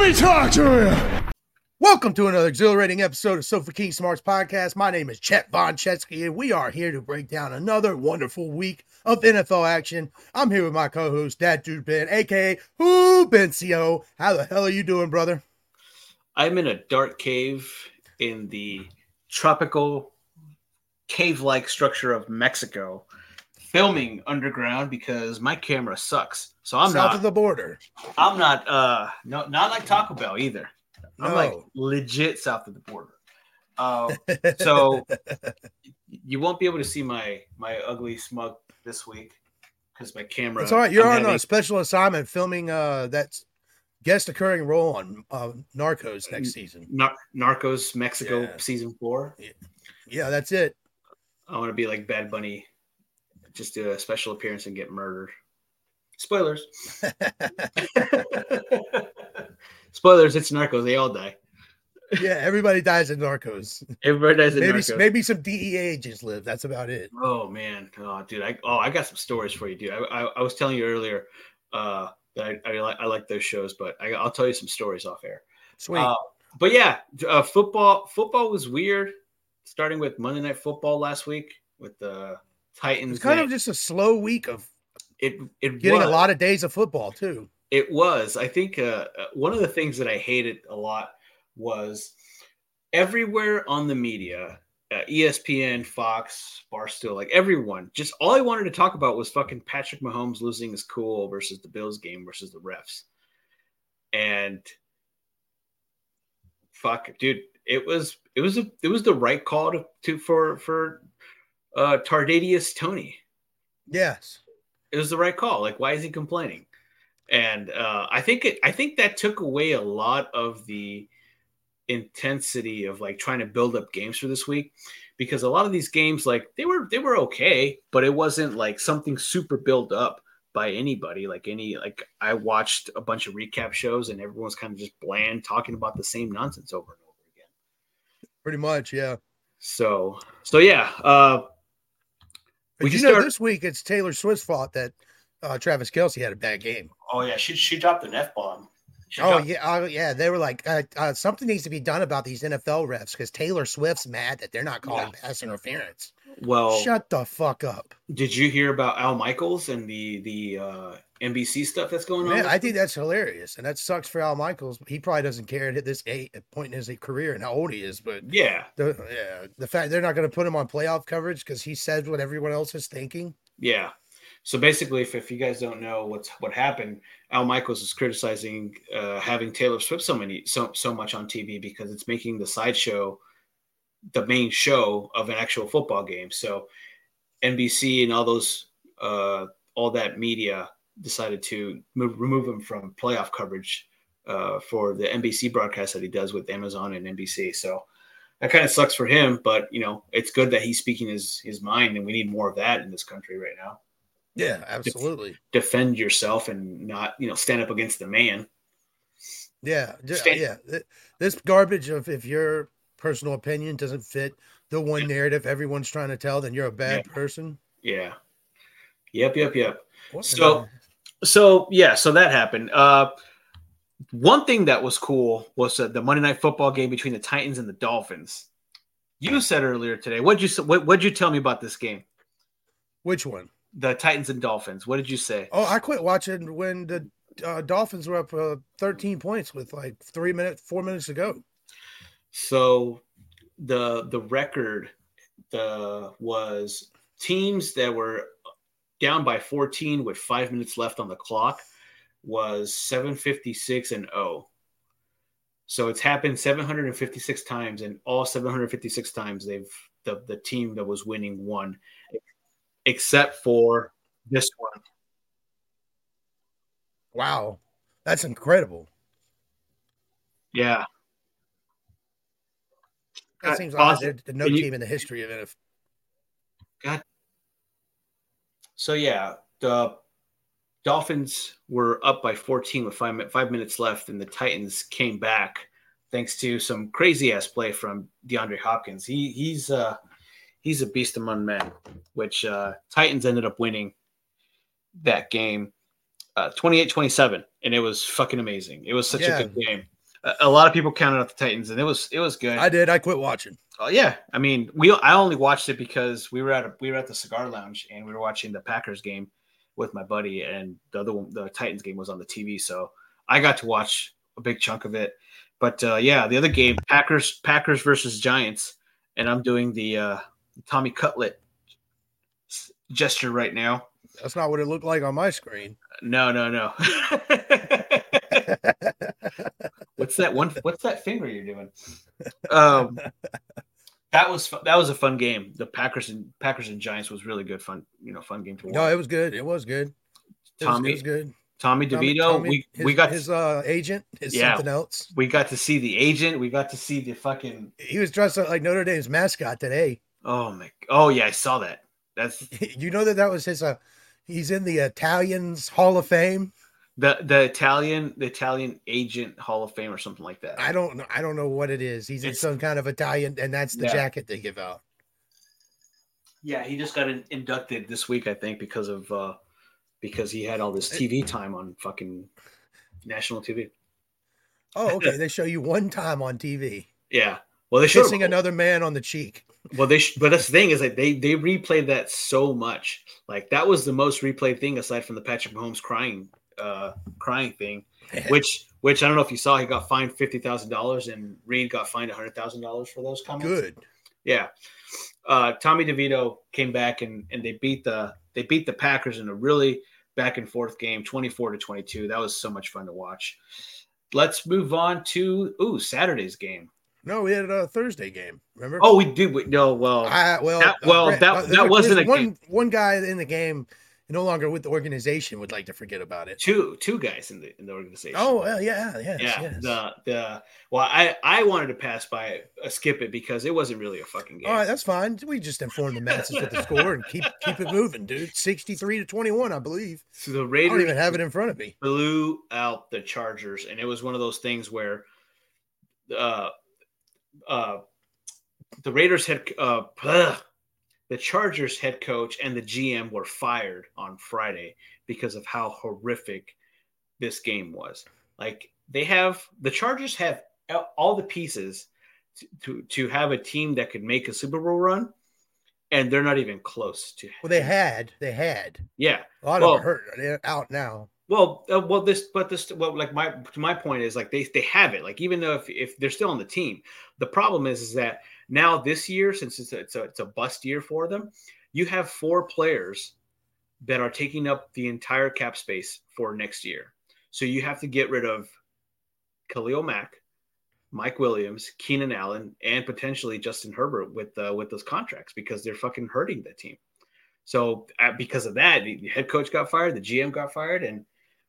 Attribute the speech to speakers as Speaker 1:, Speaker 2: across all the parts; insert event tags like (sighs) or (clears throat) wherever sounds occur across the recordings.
Speaker 1: me talk to you.
Speaker 2: Welcome to another exhilarating episode of Sofa King Smarts Podcast. My name is Chet Von Chesky, and we are here to break down another wonderful week of NFL action. I'm here with my co-host, that dude Ben, aka Who Bencio. How the hell are you doing, brother?
Speaker 3: I'm in a dark cave in the tropical cave like structure of Mexico, filming underground because my camera sucks. So I'm
Speaker 2: South
Speaker 3: not
Speaker 2: of the border. (laughs)
Speaker 3: I'm not uh no not like Taco Bell either. I'm like
Speaker 2: No.
Speaker 3: legit south of the border. Uh, so
Speaker 2: (laughs)
Speaker 3: you won't be able to see my my ugly smug this week because my camera.
Speaker 2: It's all right. You're
Speaker 3: I'm
Speaker 2: on
Speaker 3: having-
Speaker 2: a special assignment filming uh that guest occurring role on uh, Narcos next season.
Speaker 3: Nar- Narcos Mexico
Speaker 2: Yeah.
Speaker 3: season four.
Speaker 2: Yeah, that's it.
Speaker 3: I want to be like Bad Bunny, just do a special appearance and get murdered. Spoilers. (laughs) Spoilers. It's Narcos. They all die.
Speaker 2: Yeah, everybody dies in Narcos.
Speaker 3: Everybody dies (laughs) in
Speaker 2: Maybe
Speaker 3: Narcos.
Speaker 2: maybe some DEA agents live. That's about it.
Speaker 3: Oh man, oh dude, I oh I got some stories for you, dude. I I, I was telling you earlier uh, that I I, li- I like those shows, but I, I'll tell you some stories off air.
Speaker 2: Sweet.
Speaker 3: Uh, but yeah, uh, football football was weird. Starting with Monday Night Football last week with the Titans.
Speaker 2: it's kind
Speaker 3: game.
Speaker 2: of just a slow week of
Speaker 3: it it
Speaker 2: getting
Speaker 3: was.
Speaker 2: a lot of days of football too.
Speaker 3: It was. I think uh, uh, one of the things that I hated a lot was everywhere on the media, uh, ESPN, Fox, Barstool, like everyone, just all I wanted to talk about was fucking Patrick Mahomes losing his cool versus the Bills game versus the refs. And fuck, dude, it was it was a it was the right call to, to for for uh Tardadius Tony
Speaker 2: Yes.
Speaker 3: it was the right call. Like, why is he complaining? And uh, I think it, I think that took away a lot of the intensity of like trying to build up games for this week because a lot of these games like they were they were okay, but it wasn't like something super built up by anybody. Like any like I watched a bunch of recap shows and everyone's kind of just bland talking about the same nonsense over and over again.
Speaker 2: Pretty much, yeah.
Speaker 3: So so yeah, uh,
Speaker 2: But
Speaker 3: Would
Speaker 2: you
Speaker 3: you
Speaker 2: know,
Speaker 3: start-
Speaker 2: this week it's Taylor Swift's fault that uh, Travis Kelsey had a bad game.
Speaker 3: oh yeah, she she dropped an f bomb.
Speaker 2: Oh yeah, oh yeah. They were like, uh, uh, something needs to be done about these NFL refs because Taylor Swift's mad that they're not calling pass interference.
Speaker 3: Well,
Speaker 2: Shut the fuck up,
Speaker 3: Did you hear about Al Michaels and the the uh, NBC stuff that's going on?
Speaker 2: man. I think that's hilarious, and that sucks for Al Michaels. He probably doesn't care at this eight point in his career and how old he is, but
Speaker 3: yeah,
Speaker 2: the yeah, the fact they're not going to put him on playoff coverage because he said what everyone else is thinking.
Speaker 3: yeah. So basically, if, if you guys don't know what's what happened, Al Michaels is criticizing uh, having Taylor Swift so many so so much on TV because it's making the sideshow the main show of an actual football game. So NBC and all those uh, all that media decided to move, remove him from playoff coverage uh, for the NBC broadcast that he does with Amazon and NBC. So that kind of sucks for him, but you know it's good that he's speaking his his mind, and we need more of that in this country right now.
Speaker 2: Yeah, absolutely.
Speaker 3: Defend yourself and not you know stand up against the man.
Speaker 2: Yeah, ju- uh,
Speaker 3: Stand-
Speaker 2: yeah. th- This garbage of if your personal opinion doesn't fit the one narrative everyone's trying to tell, then you're a bad person.
Speaker 3: Yeah. Yep. Yep. Yep.
Speaker 2: What in
Speaker 3: So-
Speaker 2: the-
Speaker 3: So yeah, so that happened. Uh, one thing that was cool was uh, the Monday Night Football game between the Titans and the Dolphins. You said earlier today. What'd you s- what What'd you tell me about this game?
Speaker 2: which one?
Speaker 3: The Titans and Dolphins. What did you say?
Speaker 2: Oh, I quit watching when the uh, Dolphins were up uh, 13 points with like three minutes, four minutes to go.
Speaker 3: So the the record the was teams that were down by 14 with five minutes left on the clock was 756 and 0. So it's happened 756 times, and all 756 times they've the, the team that was winning won, except for this one.
Speaker 2: Wow, that's incredible.
Speaker 3: Yeah.
Speaker 2: That
Speaker 3: Uh,
Speaker 2: seems like
Speaker 3: Austin,
Speaker 2: there's no
Speaker 3: can you-
Speaker 2: team in the history of NFL.
Speaker 3: So yeah, the Dolphins were up by 14 with five mi- five minutes left, and the Titans came back thanks to some crazy ass play from DeAndre Hopkins. He he's uh he's a beast among men, which uh, Titans ended up winning that game uh, 28-27, and it was fucking amazing. It was such
Speaker 2: Yeah.
Speaker 3: a good game. a lot of people counted out the Titans, and it was it was good.
Speaker 2: I did. I quit watching.
Speaker 3: Oh yeah, I mean, we I only watched it because we were at a, we were at the cigar lounge and we were watching the Packers game with my buddy, and the other one, the Titans game was on the TV, so I got to watch a big chunk of it. But uh, yeah, the other game, Packers Packers versus Giants, and I'm doing the uh, Tommy Cutlet gesture right now.
Speaker 2: That's not what it looked like on my screen. (laughs)
Speaker 3: No, no, no. (laughs) what's that one? What's that finger you're doing? Um, that was fu- that was a fun game. The Packers and Packers and Giants was really good fun. You know, fun game to watch.
Speaker 2: No, it was good. It was good. It
Speaker 3: Tommy-
Speaker 2: was, it was good.
Speaker 3: Tommy
Speaker 2: Tommy-
Speaker 3: DeVito,
Speaker 2: Tommy-
Speaker 3: we
Speaker 2: his,
Speaker 3: we got
Speaker 2: his uh, agent is
Speaker 3: Yeah.
Speaker 2: something else.
Speaker 3: we got to see the agent. We got to see the fucking
Speaker 2: He was dressed up like Notre Dame's mascot today. (laughs)
Speaker 3: oh my oh yeah, I saw that. That's
Speaker 2: You know that that was his. Uh, he's in the Italians Hall of Fame.
Speaker 3: the the Italian the Italian agent Hall of Fame or something like that.
Speaker 2: I don't know. I don't know what it is. He's in
Speaker 3: It's-
Speaker 2: some kind of Italian, and that's the
Speaker 3: Yeah.
Speaker 2: jacket they give out.
Speaker 3: yeah, he just got in, inducted this week, I think, because of uh because he had all this TV time on fucking national TV.
Speaker 2: Oh,
Speaker 3: (laughs)
Speaker 2: okay. they show you one time on TV
Speaker 3: Yeah. Well, they should
Speaker 2: kissing another man on the cheek.
Speaker 3: Well, they sh- but that's the thing is like they they replayed that so much. Like that was the most replayed thing aside from the Patrick Mahomes crying uh crying thing, which which I don't know if you saw he got fined fifty thousand dollars and Reed got fined hundred thousand dollars for those comments.
Speaker 2: Good.
Speaker 3: Yeah. Uh, Tommy DeVito came back and and they beat the they beat the Packers in a really back and forth game, twenty four to twenty two. That was so much fun to watch. Let's move on to ooh Saturday's game.
Speaker 2: No, we had a Thursday game. Remember?
Speaker 3: Oh, we do. We, no, well,
Speaker 2: I, well,
Speaker 3: That-
Speaker 2: uh,
Speaker 3: well,
Speaker 2: Brett,
Speaker 3: that-
Speaker 2: uh,
Speaker 3: that
Speaker 2: there's
Speaker 3: wasn't a
Speaker 2: one
Speaker 3: game.
Speaker 2: one guy in the game, no longer with the organization, would like to forget about it.
Speaker 3: two two guys in the in the organization.
Speaker 2: Oh, well, yeah, yes,
Speaker 3: yeah.
Speaker 2: yes.
Speaker 3: The the well, I I wanted to pass by it, uh, skip it because it wasn't really a fucking game.
Speaker 2: All right, that's fine. We just inform the masses of the score and keep keep it moving, dude. Sixty-three to twenty-one, I believe.
Speaker 3: so the
Speaker 2: I don't
Speaker 3: Raiders
Speaker 2: even have it in front of me.
Speaker 3: blew out the Chargers, and it was one of those things where, uh, uh, the Raiders head uh, ugh, the Chargers head coach and the GM were fired on Friday because of how horrific this game was. Like they have the Chargers have all the pieces to to, to have a team that could make a Super Bowl run, and they're not even close to.
Speaker 2: Well, they had, they had
Speaker 3: yeah.
Speaker 2: a lot
Speaker 3: Well-
Speaker 2: of them hurt. They're out now.
Speaker 3: Well, uh, well, this, but this, well, like my, to my point is like they, they have it. Like even though if, if they're still on the team, the problem is, is that now this year, since it's a, it's a, it's a bust year for them, you have four players that are taking up the entire cap space for next year. So you have to get rid of Khalil Mack, Mike Williams, Keenan Allen, and potentially Justin Herbert with uh, with those contracts because they're fucking hurting the team. So uh, because of that, the the head coach got fired, the GM got fired, and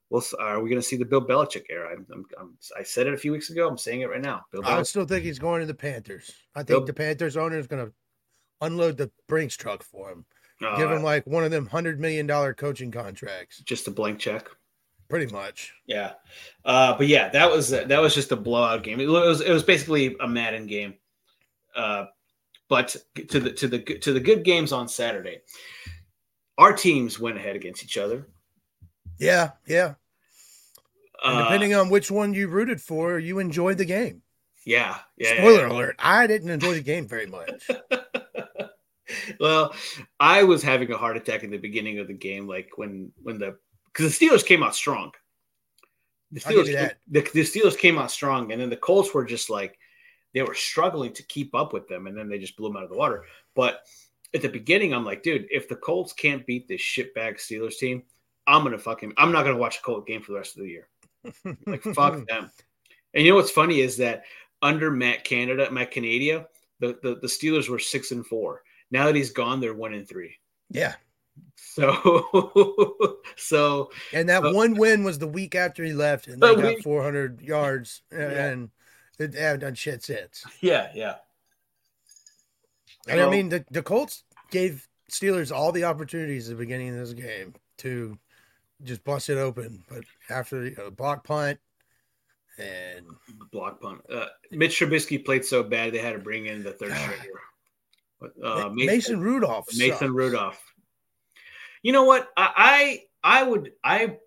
Speaker 3: well, s- are we going to see the Bill Belichick era? I'm, I'm, I'm, I said it a few weeks ago. I'm saying it right now. Bill
Speaker 2: I
Speaker 3: Belichick.
Speaker 2: still think he's going to the Panthers. I think
Speaker 3: Bill-
Speaker 2: the Panthers owner is going to unload the Brinks truck for him,
Speaker 3: uh,
Speaker 2: give him like one of them hundred million dollar coaching contracts,
Speaker 3: just a blank check.
Speaker 2: pretty much.
Speaker 3: Yeah, uh, but yeah, that was that was just a blowout game. It was it was basically a Madden game. Uh, but to the to the to the good games on Saturday, our teams went ahead against each other.
Speaker 2: Yeah, yeah. And
Speaker 3: Uh,
Speaker 2: depending on which one you rooted for, you enjoyed the game.
Speaker 3: yeah, yeah, yeah,
Speaker 2: Spoiler alert: I didn't enjoy the game very much.
Speaker 3: (laughs) well, I was having a heart attack in the beginning of the game, like when when the because the Steelers came out strong. The
Speaker 2: I'll give
Speaker 3: Steelers,
Speaker 2: you
Speaker 3: came-
Speaker 2: that.
Speaker 3: the, the Steelers came out strong, and then the Colts were just like they were struggling to keep up with them, and then they just blew them out of the water. But at the beginning, I'm like, dude, if the Colts can't beat this shitbag Steelers team, I'm gonna fucking I'm not gonna watch a Colt game for the rest of the year. (laughs) (laughs) Like fuck them. And you know what's funny is that under Matt Canada, Matt Canadia, the, the, the Steelers were six and four. Now that he's gone, they're one and three.
Speaker 2: (laughs)
Speaker 3: (laughs)
Speaker 2: yeah,
Speaker 3: So so
Speaker 2: and that
Speaker 3: So-
Speaker 2: one win was the week after he left, and
Speaker 3: So
Speaker 2: they got
Speaker 3: we-
Speaker 2: 400 yards, and,
Speaker 3: (laughs) Yeah.
Speaker 2: and it haven't done shit since.
Speaker 3: yeah, yeah.
Speaker 2: And
Speaker 3: Well-
Speaker 2: I mean, the, the Colts gave Steelers all the opportunities at the beginning of this game to just bust it open, but after you know, block punt and
Speaker 3: Block punt. Uh, Mitch Trubisky played so bad they had to bring in the third
Speaker 2: God.
Speaker 3: stringer. But,
Speaker 2: Ma-
Speaker 3: Uh,
Speaker 2: Mason,
Speaker 3: Mason
Speaker 2: Rudolph,
Speaker 3: Mason
Speaker 2: sucked.
Speaker 3: Rudolph. You know what? I, I I would I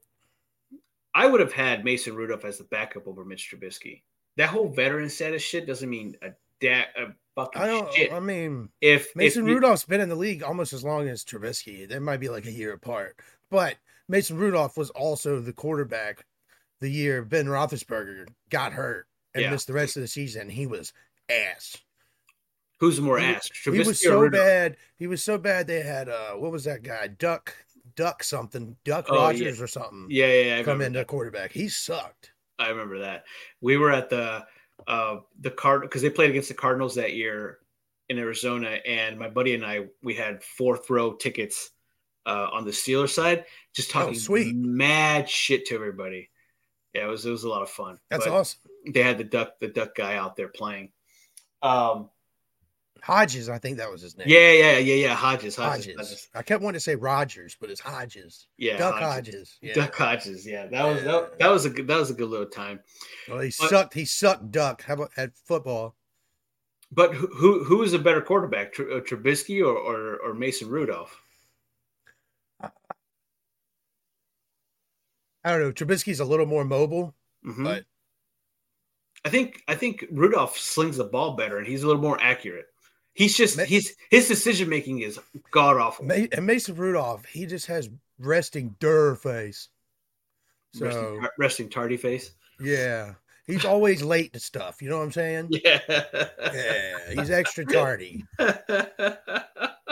Speaker 3: I would have had Mason Rudolph as the backup over Mitch Trubisky that whole veteran status shit doesn't mean a da- a fucking
Speaker 2: I don't.
Speaker 3: shit.
Speaker 2: I mean,
Speaker 3: if
Speaker 2: Mason
Speaker 3: if, you-
Speaker 2: Rudolph's been in the league almost as long as Trubisky. They might be like a year apart, but Mason Rudolph was also the quarterback the year Ben Roethlisberger got hurt and
Speaker 3: Yeah.
Speaker 2: missed the rest of the season. He was ass.
Speaker 3: who's more
Speaker 2: he-
Speaker 3: ass,
Speaker 2: he
Speaker 3: Trubisky
Speaker 2: was
Speaker 3: or
Speaker 2: so
Speaker 3: Rudolph?
Speaker 2: bad. He was so bad. They had uh, what was that guy? Duck, Duck something, Duck
Speaker 3: Oh, yeah.
Speaker 2: Rogers or something.
Speaker 3: Yeah, yeah, yeah. I
Speaker 2: come
Speaker 3: remember.
Speaker 2: into quarterback. He sucked.
Speaker 3: I remember that. We were at the uh the card because they played against the Cardinals that year in Arizona, and my buddy and I we had fourth row tickets uh on the Steelers side, just
Speaker 2: Oh,
Speaker 3: talking
Speaker 2: sweet.
Speaker 3: mad shit to everybody. Yeah, it was it was a lot of fun.
Speaker 2: That's
Speaker 3: But
Speaker 2: awesome.
Speaker 3: They had the duck the duck guy out there playing. Um
Speaker 2: Hodges, I think that was his name.
Speaker 3: yeah, yeah, yeah, yeah. Hodges, Hodges,
Speaker 2: Hodges.
Speaker 3: Hodges.
Speaker 2: I kept wanting to say Rogers, but it's Hodges.
Speaker 3: Yeah,
Speaker 2: Duck
Speaker 3: Hodges.
Speaker 2: Hodges. Yeah.
Speaker 3: Duck Hodges, yeah, that was that, that was a good, that was a good little time.
Speaker 2: Well, he
Speaker 3: But-
Speaker 2: sucked. He sucked duck. How about at football?
Speaker 3: But who who who is a better quarterback, Tr- uh, Trubisky or, or or Mason Rudolph?
Speaker 2: I don't know. Trubisky's a little more mobile.
Speaker 3: Mhm.
Speaker 2: Right.
Speaker 3: I think I think Rudolph slings the ball better, and he's a little more accurate. He's just
Speaker 2: Ma-
Speaker 3: he's his decision making is god awful.
Speaker 2: Ma- and Mason Rudolph, he just has resting der face. So
Speaker 3: resting, resting tardy face.
Speaker 2: yeah, he's always late to stuff. You know what I'm saying?
Speaker 3: Yeah. (laughs)
Speaker 2: Yeah, he's extra tardy.
Speaker 3: I love (laughs)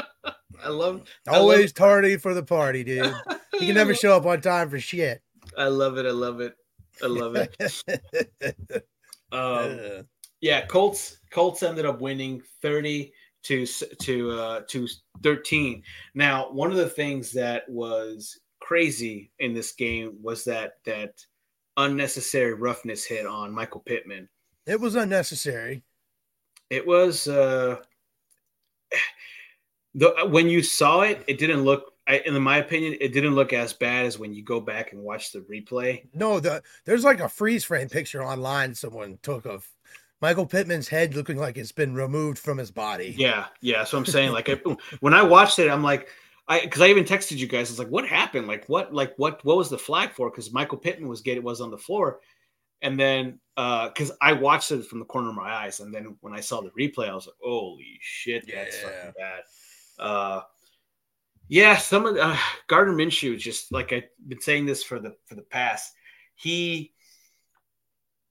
Speaker 3: I love-
Speaker 2: Always tardy for the party, dude. He can
Speaker 3: (laughs)
Speaker 2: never
Speaker 3: I
Speaker 2: show up on time for shit.
Speaker 3: love- I love it. I love it. I
Speaker 2: (laughs)
Speaker 3: love it. Um,
Speaker 2: Uh,
Speaker 3: yeah, Colts Colts ended up winning 30 to s- to uh, to 13. Now, one of the things that was crazy in this game was that that unnecessary roughness hit on Michael Pittman.
Speaker 2: it was unnecessary.
Speaker 3: It was uh (sighs) the when you saw it, it didn't look I, in my opinion, it didn't look as bad as when you go back and watch the replay.
Speaker 2: No, the there's like a freeze frame picture online someone took of Michael Pittman's head looking like it's been removed from his body.
Speaker 3: Yeah, yeah. So I'm saying, like, I, when I watched it, I'm like, I because I even texted you guys. It's like, what happened? Like, what, like, what, what was the flag for? Because Michael Pittman was getting was on the floor, and then because I watched it from the corner of my eyes, and then when I saw the replay, I was like, holy shit, that's
Speaker 2: Yeah.
Speaker 3: fucking bad. Uh, yeah, some of the, uh, Gardner Minshew just like I've been saying this for the for the past. He,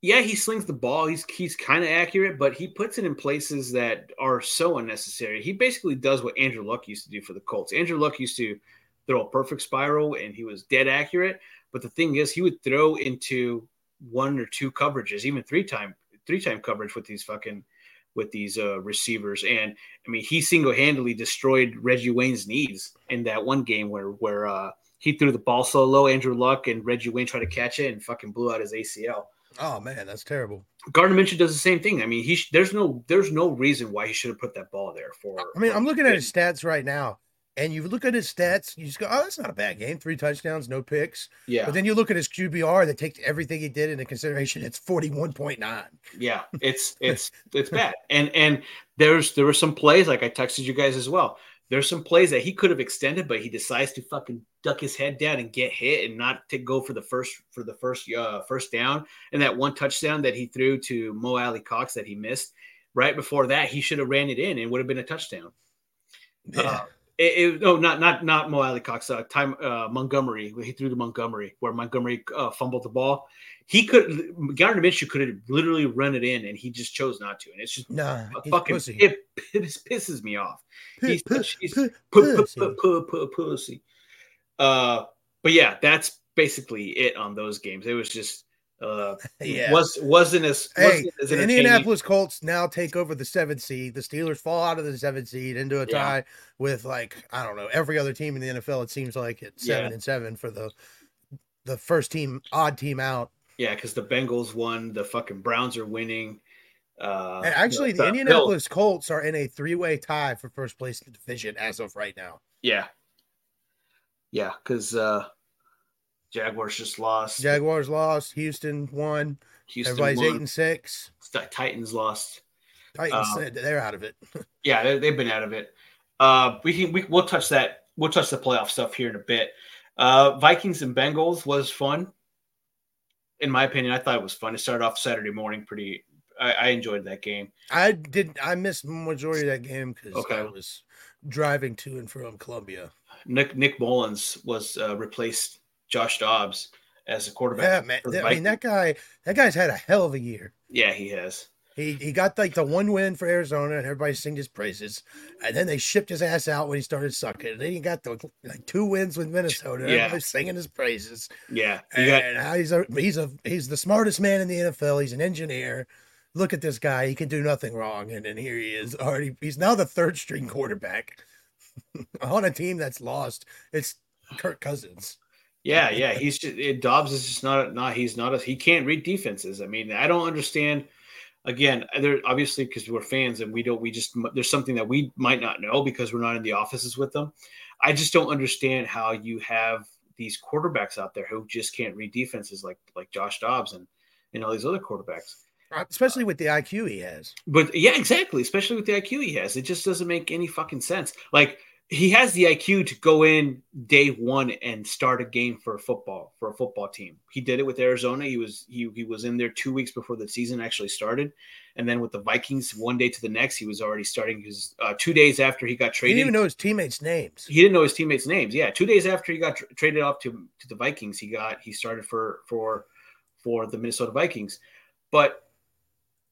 Speaker 3: yeah, he slings the ball. He's he's kind of accurate, but he puts it in places that are so unnecessary. He basically does what Andrew Luck used to do for the Colts. Andrew Luck used to throw a perfect spiral, and he was dead accurate. But the thing is, he would throw into one or two coverages, even three time three time coverage with these fucking with these uh, receivers. And I mean, he single handedly destroyed Reggie Wayne's knees in that one game where where uh, he threw the ball so low, Andrew Luck and Reggie Wayne tried to catch it and fucking blew out his ACL.
Speaker 2: Oh man, that's terrible.
Speaker 3: Gardner Minshew does the same thing. I mean, he sh- there's no there's no reason why he should have put that ball there for.
Speaker 2: I mean,
Speaker 3: for-
Speaker 2: I'm looking at his stats right now, and you look at his stats, you just go, "Oh, that's not a bad game. Three touchdowns, no picks."
Speaker 3: yeah,
Speaker 2: But then you look at his QBR that takes everything he did into consideration. It's 41.9.
Speaker 3: yeah.
Speaker 2: (laughs)
Speaker 3: It's it's it's bad. And and there's there were some plays like I texted you guys as well. There's some plays that he could have extended, but he decides to fucking duck his head down and get hit and not to go for the first for the first uh, first down. And that one touchdown that he threw to Mo Alley Cox that he missed right before that, he should have ran it in and would have been a touchdown.
Speaker 2: Yeah.
Speaker 3: Uh, it, it, no, not not not Mo Alley Cox. Uh, time uh, Montgomery. He threw to Montgomery, where Montgomery uh, fumbled the ball. He could Gardner Minshew could have literally run it in, and he just chose not to. And it's just
Speaker 2: nah, he's
Speaker 3: fucking
Speaker 2: pussy.
Speaker 3: it, piss- pisses me off.
Speaker 2: Pu-
Speaker 3: he's
Speaker 2: pu-
Speaker 3: such- he's
Speaker 2: pu-
Speaker 3: Pu- pu-
Speaker 2: pussy.
Speaker 3: pu- pu- pu- Pussy. Uh, but yeah, that's basically it on those games. It was just uh,
Speaker 2: (laughs) Yeah.
Speaker 3: was wasn't as
Speaker 2: Hey,
Speaker 3: wasn't as
Speaker 2: the
Speaker 3: entertaining.
Speaker 2: Indianapolis Colts now take over the seventh seed. The Steelers fall out of the seventh seed into a
Speaker 3: Yeah.
Speaker 2: tie with like I don't know every other team in the NFL. It seems like it's seven
Speaker 3: Yeah.
Speaker 2: and seven for the the first team odd team out.
Speaker 3: Yeah, because the Bengals won. The fucking Browns are winning. Uh,
Speaker 2: and actually, the,
Speaker 3: Bills-
Speaker 2: Indianapolis Colts are in a three way tie for first place in the division as of right now.
Speaker 3: Yeah. Yeah, because uh Jaguars just lost.
Speaker 2: Jaguars lost. Houston won.
Speaker 3: Houston
Speaker 2: Everybody's eight
Speaker 3: won.
Speaker 2: and six.
Speaker 3: St- Titans lost.
Speaker 2: Titans
Speaker 3: Um,
Speaker 2: said they're out of it.
Speaker 3: Yeah, they, they've been out of it. Uh, we can we we'll touch that. We'll touch the playoff stuff here in a bit. Uh, Vikings and Bengals was fun. in my opinion, I thought it was fun. It started off Saturday morning pretty. I, I enjoyed that game.
Speaker 2: I didn't. I missed majority of that game because
Speaker 3: Okay.
Speaker 2: I was driving to and from Columbia.
Speaker 3: Nick Nick Mullins was uh, replaced Josh Dobbs as a
Speaker 2: Yeah,
Speaker 3: quarterback.
Speaker 2: man.
Speaker 3: for the
Speaker 2: I mean, that guy. That guy's had a hell of a year.
Speaker 3: Yeah, he has.
Speaker 2: He he got like the one win for Arizona, and everybody sing his praises. And then they shipped his ass out when he started sucking. And then he got the like two wins with Minnesota. and
Speaker 3: Yeah.
Speaker 2: Everybody's singing his praises.
Speaker 3: Yeah, he got
Speaker 2: And now he's a he's a he's the smartest man in the NFL. He's an engineer. Look at this guy. He can do nothing wrong. And then here he is already. He's now the third string quarterback (laughs) on a team that's lost. It's Kirk Cousins.
Speaker 3: Yeah, yeah, he's just it, Dobbs is just not not he's not a he can't read defenses. I mean, I don't understand. Again, there obviously because we're fans and we don't we just there's something that we might not know because we're not in the offices with them. I just don't understand how you have these quarterbacks out there who just can't read defenses like like Josh Dobbs and and all these other quarterbacks.
Speaker 2: Especially with the IQ he has.
Speaker 3: But yeah, exactly. Especially with the IQ he has, it just doesn't make any fucking sense. Like he has the IQ to go in day one and start a game for a football for a football team. He did it with Arizona. He was he he was in there two weeks before the season actually started, and then with the Vikings, one day to the next, he was already starting his uh, two days after he got
Speaker 2: He didn't
Speaker 3: traded.
Speaker 2: even know his teammates' names.
Speaker 3: he didn't know his teammates' names. Yeah, two days after he got tr traded off to to the Vikings, he got he started for for for the Minnesota Vikings. But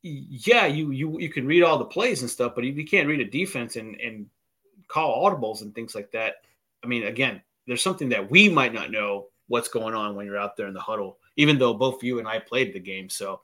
Speaker 3: y- yeah, you you you can read all the plays and stuff, but if you can't read a defense and and call audibles and things like that, I mean, again, there's something that we might not know what's going on when you're out there in the huddle. Even though both you and I played the game, so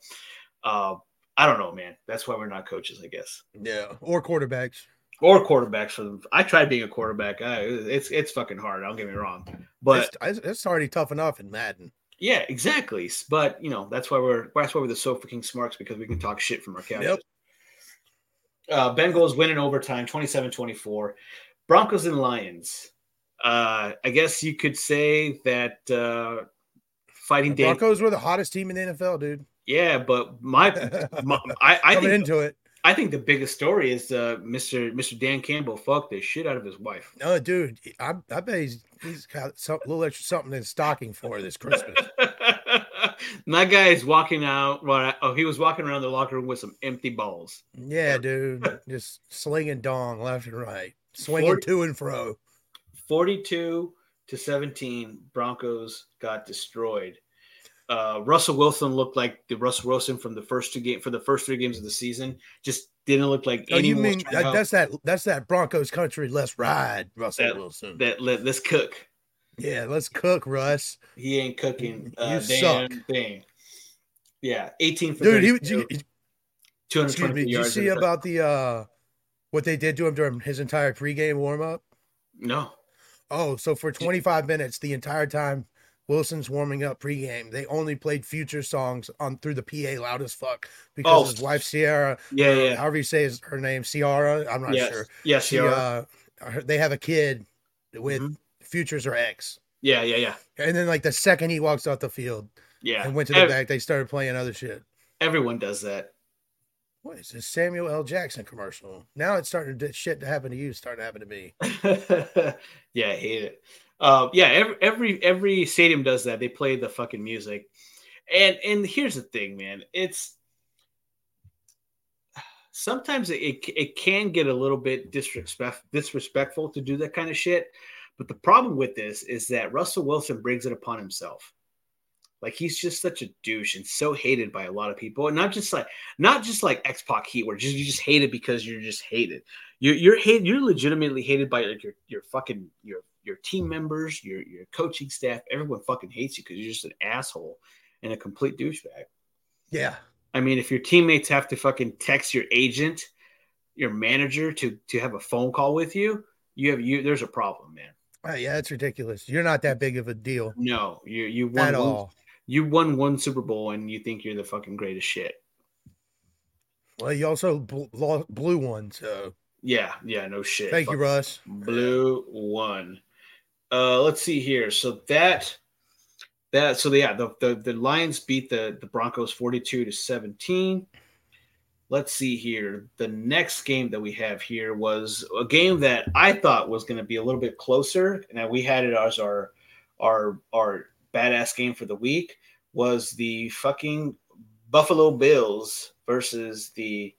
Speaker 3: uh, I don't know, man. That's why we're not coaches, I guess,
Speaker 2: Yeah. Or quarterbacks.
Speaker 3: or quarterbacks. For them, I tried being a quarterback. I, it's it's fucking hard. Don't get me wrong, but
Speaker 2: it's, it's- it's already tough enough in Madden.
Speaker 3: Yeah, exactly. S- But you know, that's why we're that's why we're the sofa king smarks because we can talk shit from our couches.
Speaker 2: Yep.
Speaker 3: Uh, Bengals win in overtime, 27-24. Broncos and Lions. Uh, I guess you could say that uh, fighting
Speaker 2: The
Speaker 3: Dan.
Speaker 2: Broncos were the hottest team in the NFL, dude. (laughs)
Speaker 3: Yeah, but my, my I, I
Speaker 2: Coming
Speaker 3: think
Speaker 2: into it,
Speaker 3: I think the biggest story is uh, Mr. Mr. Dan Campbell fucked the shit out of his wife.
Speaker 2: no, dude, I, I bet he's he's got some, a little extra something in his stocking for her this Christmas.
Speaker 3: (laughs) that guy is walking out. Well, oh, he was walking around the locker room with some empty balls.
Speaker 2: yeah, dude, just slinging dong left and right, swinging
Speaker 3: Forty-
Speaker 2: to and fro.
Speaker 3: 42 to 17 broncos got destroyed uh, russell wilson looked like the russell wilson from the first two game for the first three games of the season just didn't look like
Speaker 2: Oh, you
Speaker 3: anyone
Speaker 2: mean
Speaker 3: trying to
Speaker 2: that,
Speaker 3: help
Speaker 2: that's that that's that Broncos country? Let's ride, Russell Wilson.
Speaker 3: that let, let's cook
Speaker 2: yeah, let's cook, Russ.
Speaker 3: he ain't cooking
Speaker 2: You
Speaker 3: uh, damn
Speaker 2: suck.
Speaker 3: thing yeah 18 for
Speaker 2: Dude, he,
Speaker 3: 32,
Speaker 2: did you- excuse
Speaker 3: 223
Speaker 2: me. Did you
Speaker 3: yards in
Speaker 2: see
Speaker 3: the first-
Speaker 2: about the uh what they did to him during his entire pregame warm up?
Speaker 3: no
Speaker 2: Oh, so for 25 minutes, the entire time Wilson's warming up pregame, they only played future songs on through the PA loud as fuck because
Speaker 3: Oh.
Speaker 2: his wife Sierra,
Speaker 3: yeah yeah
Speaker 2: however you say his, her name, Ciara, I'm not
Speaker 3: yes
Speaker 2: sure.
Speaker 3: yes
Speaker 2: She,
Speaker 3: you are.
Speaker 2: uh, her- they have a kid with
Speaker 3: Mm-hmm.
Speaker 2: futures or ex.
Speaker 3: yeah yeah yeah
Speaker 2: And then, like the second he walks off the field
Speaker 3: yeah
Speaker 2: and went to the
Speaker 3: Ev-
Speaker 2: back, they started playing other shit.
Speaker 3: everyone does that (laughs)
Speaker 2: What is this Samuel L. Jackson commercial? Now it's starting to shit to happen to you, starting to happen to me.
Speaker 3: yeah, I hate it. Uh, yeah, every, every every stadium does that. They play the fucking music, and and here's the thing, man. It's sometimes it it, it can get a little bit disrespect, disrespectful to do that kind of shit. But the problem with this is that Russell Wilson brings it upon himself. Like he's just such a douche and so hated by a lot of people, and not just like not just like X Pac Heat, where just you just hate it because you're just hated you're you're hate, you're legitimately hated by like your your fucking your your team members, your your coaching staff. Everyone fucking hates you because you're just an asshole and a complete douchebag.
Speaker 2: Yeah.
Speaker 3: I mean, if your teammates have to fucking text your agent, your manager to to have a phone call with you, you have you. There's a problem, man.
Speaker 2: Oh, yeah, that's ridiculous. You're not that big of a deal
Speaker 3: No, you you won
Speaker 2: at
Speaker 3: one-
Speaker 2: all.
Speaker 3: you won one Super Bowl and you think you're the fucking greatest shit.
Speaker 2: Well, you also bl- lo- blew one, so
Speaker 3: Yeah, yeah, no shit.
Speaker 2: thank you,
Speaker 3: Fuck
Speaker 2: Russ.
Speaker 3: blue one uh let's see here so that that so yeah the the, the lions beat the the broncos 42 to 17 let's see here the next game that we have here was a game that i thought was going to be a little bit closer and that we had it as our our our badass game for the week was the fucking Buffalo Bills versus the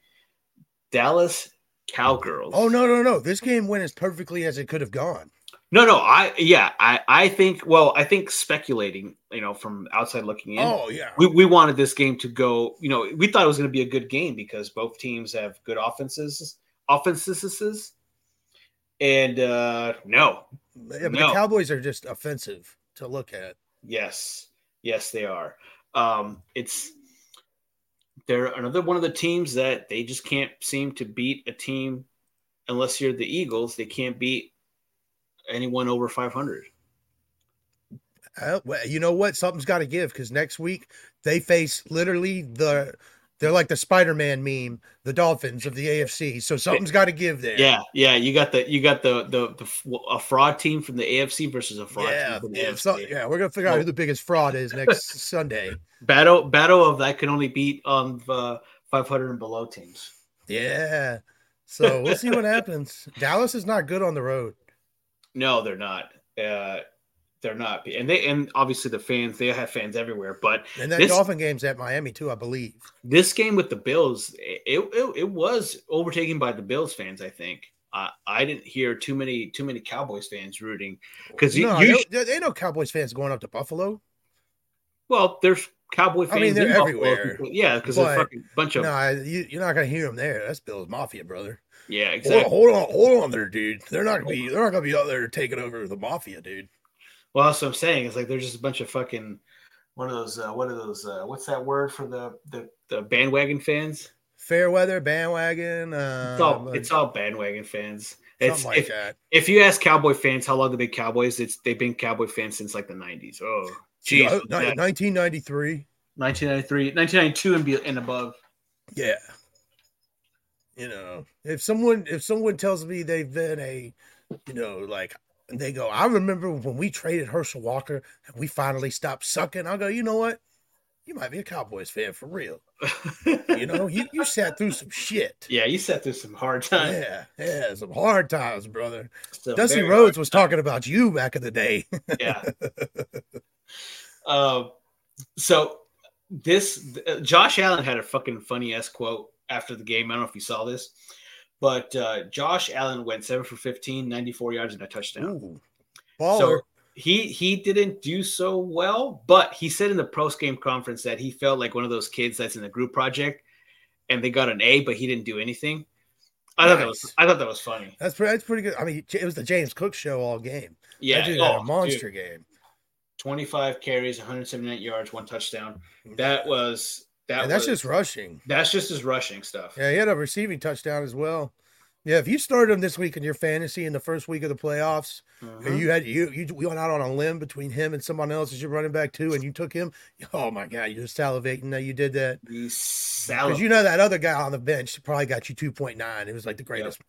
Speaker 3: Dallas Cowgirls.
Speaker 2: Oh no, no, no! This game went as perfectly as it could have gone.
Speaker 3: No, no, I yeah, I I think well, I think speculating, you know, from outside looking in.
Speaker 2: Oh yeah,
Speaker 3: We, we wanted this game to go, you know, we thought it was going to be a good game because both teams have good offenses, offenses, and uh no,
Speaker 2: yeah but
Speaker 3: No.
Speaker 2: the Cowboys are just offensive to look at.
Speaker 3: Yes, yes, they are. Um, it's they're another one of the teams that they just can't seem to beat a team unless you're the Eagles. They can't beat anyone over 500.
Speaker 2: Uh, well, you know what? Something's got to give because next week they face literally the they're like the Spider Man meme, the Dolphins of the AFC. So something's got to give there.
Speaker 3: Yeah, yeah. You got the you got the the, the f- a fraud team from the AFC versus a fraud
Speaker 2: Yeah,
Speaker 3: team from the
Speaker 2: yeah,
Speaker 3: AFC.
Speaker 2: so- yeah, we're gonna figure out who the biggest fraud is next
Speaker 3: (laughs)
Speaker 2: Sunday.
Speaker 3: Battle battle of that can only beat um uh, 500 and below teams.
Speaker 2: Yeah, so we'll see what happens. Dallas is not good on the road.
Speaker 3: No, they're not. Uh, they're not. And they and obviously the fans they have fans everywhere, but
Speaker 2: And that
Speaker 3: This-
Speaker 2: Dolphin game's at Miami too, I believe.
Speaker 3: this game with the Bills, it it, it was overtaken by the Bills fans. I think I I didn't hear too many too many Cowboys fans rooting because you,
Speaker 2: no,
Speaker 3: you-
Speaker 2: there- there ain't no Cowboys fans going up to Buffalo.
Speaker 3: well, there's Cowboy fans.
Speaker 2: I mean, they're
Speaker 3: in Buffalo.
Speaker 2: everywhere,
Speaker 3: yeah, because they're
Speaker 2: but-
Speaker 3: fucking bunch of
Speaker 2: No, I- you, you're not gonna hear them there. That's Bill's Mafia, brother.
Speaker 3: yeah,
Speaker 2: Hold on,
Speaker 3: exactly.
Speaker 2: hold on, hold on there, dude. They're not gonna be they're not gonna be out there taking over the mafia, dude.
Speaker 3: Well, that's what I'm saying. It's like they're just a bunch of fucking one of those uh, one of those uh, what's that word for the the, the bandwagon fans?
Speaker 2: Fair weather bandwagon. Uh,
Speaker 3: It's all it's all bandwagon fans. It's
Speaker 2: something like
Speaker 3: if,
Speaker 2: that.
Speaker 3: if you ask Cowboy fans how long they've been Cowboys, it's they've been Cowboy fans since like the 90s. Oh, jeez.
Speaker 2: Oh, ni-
Speaker 3: Yeah.
Speaker 2: 1993.
Speaker 3: 1993, 1992 and, be, and (laughs) above.
Speaker 2: Yeah. You know, if someone if someone tells me they've been a, you know, like they go, I remember when we traded Herschel Walker and we finally stopped sucking. I'll go, you know what? You might be a Cowboys fan for real. You know, you, you sat through some
Speaker 3: (laughs)
Speaker 2: shit.
Speaker 3: yeah, you sat through some hard times.
Speaker 2: Yeah, yeah, some hard times, brother.
Speaker 3: Some
Speaker 2: Dusty
Speaker 3: very
Speaker 2: Rhodes was
Speaker 3: hard
Speaker 2: talking about you back in the day.
Speaker 3: times. Yeah. (laughs) Um, so this uh, Josh Allen had a fucking funny ass quote after the game. I don't know if you saw this, but uh, Josh Allen went seven for 15, 94 yards and a touchdown.
Speaker 2: (laughs) Ooh. Baller.
Speaker 3: So he he didn't do so well, but he said in the post game conference that he felt like one of those kids that's in the group project, and they got an A, but he didn't do anything. I thought that was
Speaker 2: Nice.
Speaker 3: I thought that was funny.
Speaker 2: that's pretty. That's pretty good. I mean, it was the James Cook show all game.
Speaker 3: Yeah,
Speaker 2: that dude
Speaker 3: oh,
Speaker 2: had a
Speaker 3: dude,
Speaker 2: monster game.
Speaker 3: 25 carries, 178 yards, one touchdown. That was that.
Speaker 2: Mm-hmm. and that's
Speaker 3: was-
Speaker 2: just rushing.
Speaker 3: that's just his rushing stuff.
Speaker 2: Yeah, he had a receiving touchdown as well. Yeah, if you started him this week in your fantasy in the first week of the playoffs,
Speaker 3: Mhm.
Speaker 2: and you had you you went out on a limb between him and someone else as your running back too, and you took him. (laughs) Oh my God, you're salivating that you did that
Speaker 3: The
Speaker 2: because
Speaker 3: salad.
Speaker 2: you know that other guy on the bench probably got you two point nine. It was like the greatest.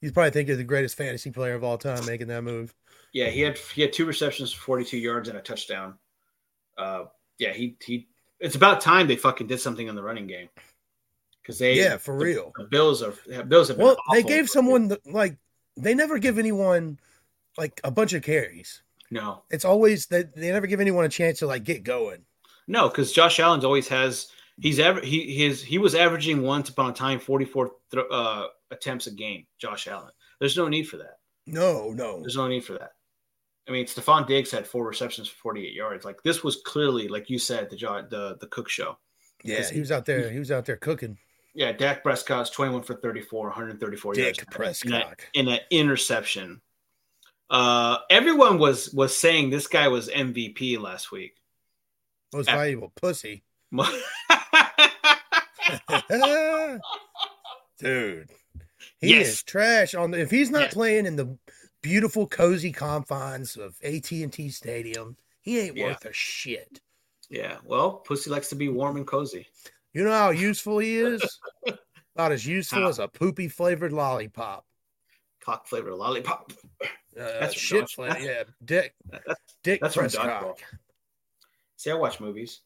Speaker 2: You probably think you're the greatest fantasy player of all time making that move.
Speaker 3: yeah, he had he had two receptions, 42 yards, and a touchdown. Uh, yeah, he he. It's about time they fucking did something in the running game because they
Speaker 2: yeah, for
Speaker 3: the-
Speaker 2: real.
Speaker 3: The Bills are Bills have been
Speaker 2: Well, they
Speaker 3: awful.
Speaker 2: gave someone the, like they never give anyone like a bunch of carries.
Speaker 3: no,
Speaker 2: It's always that they never give anyone a chance to like get going.
Speaker 3: no, because Josh Allen's always has he's ever he his he was averaging once upon a time forty four th- uh, attempts a game. Josh Allen, there's no need for that.
Speaker 2: No, no.
Speaker 3: There's no need for that. I mean, Stephon Diggs had four receptions for forty eight yards. Like this was clearly, like you said, the Jo- the the Cook show.
Speaker 2: Yeah,
Speaker 3: Because
Speaker 2: he was out there. He was out there cooking.
Speaker 3: Yeah, Dak Prescott's twenty one for 34, 134
Speaker 2: Dick
Speaker 3: yards. And a-
Speaker 2: Prescott.
Speaker 3: in an interception. Uh, everyone was was saying this guy was MVP last week. (laughs)
Speaker 2: Most valuable pussy. (laughs) Dude. He
Speaker 3: Yes.
Speaker 2: is trash on the, if he's not
Speaker 3: Yes.
Speaker 2: playing in the beautiful cozy confines of AT&T Stadium, he ain't
Speaker 3: Yeah.
Speaker 2: worth a shit.
Speaker 3: Yeah, well, pussy likes to be warm and cozy.
Speaker 2: You know how useful he
Speaker 3: (laughs)
Speaker 2: is? Not as useful
Speaker 3: How?
Speaker 2: as a poopy flavored lollipop.
Speaker 3: Cock flavored lollipop.
Speaker 2: Uh,
Speaker 3: That's from
Speaker 2: shit
Speaker 3: Dodge-
Speaker 2: flavor. Yeah, Dick. Dick
Speaker 3: That's from
Speaker 2: Prescott.
Speaker 3: Dodgeball. See, I watch movies.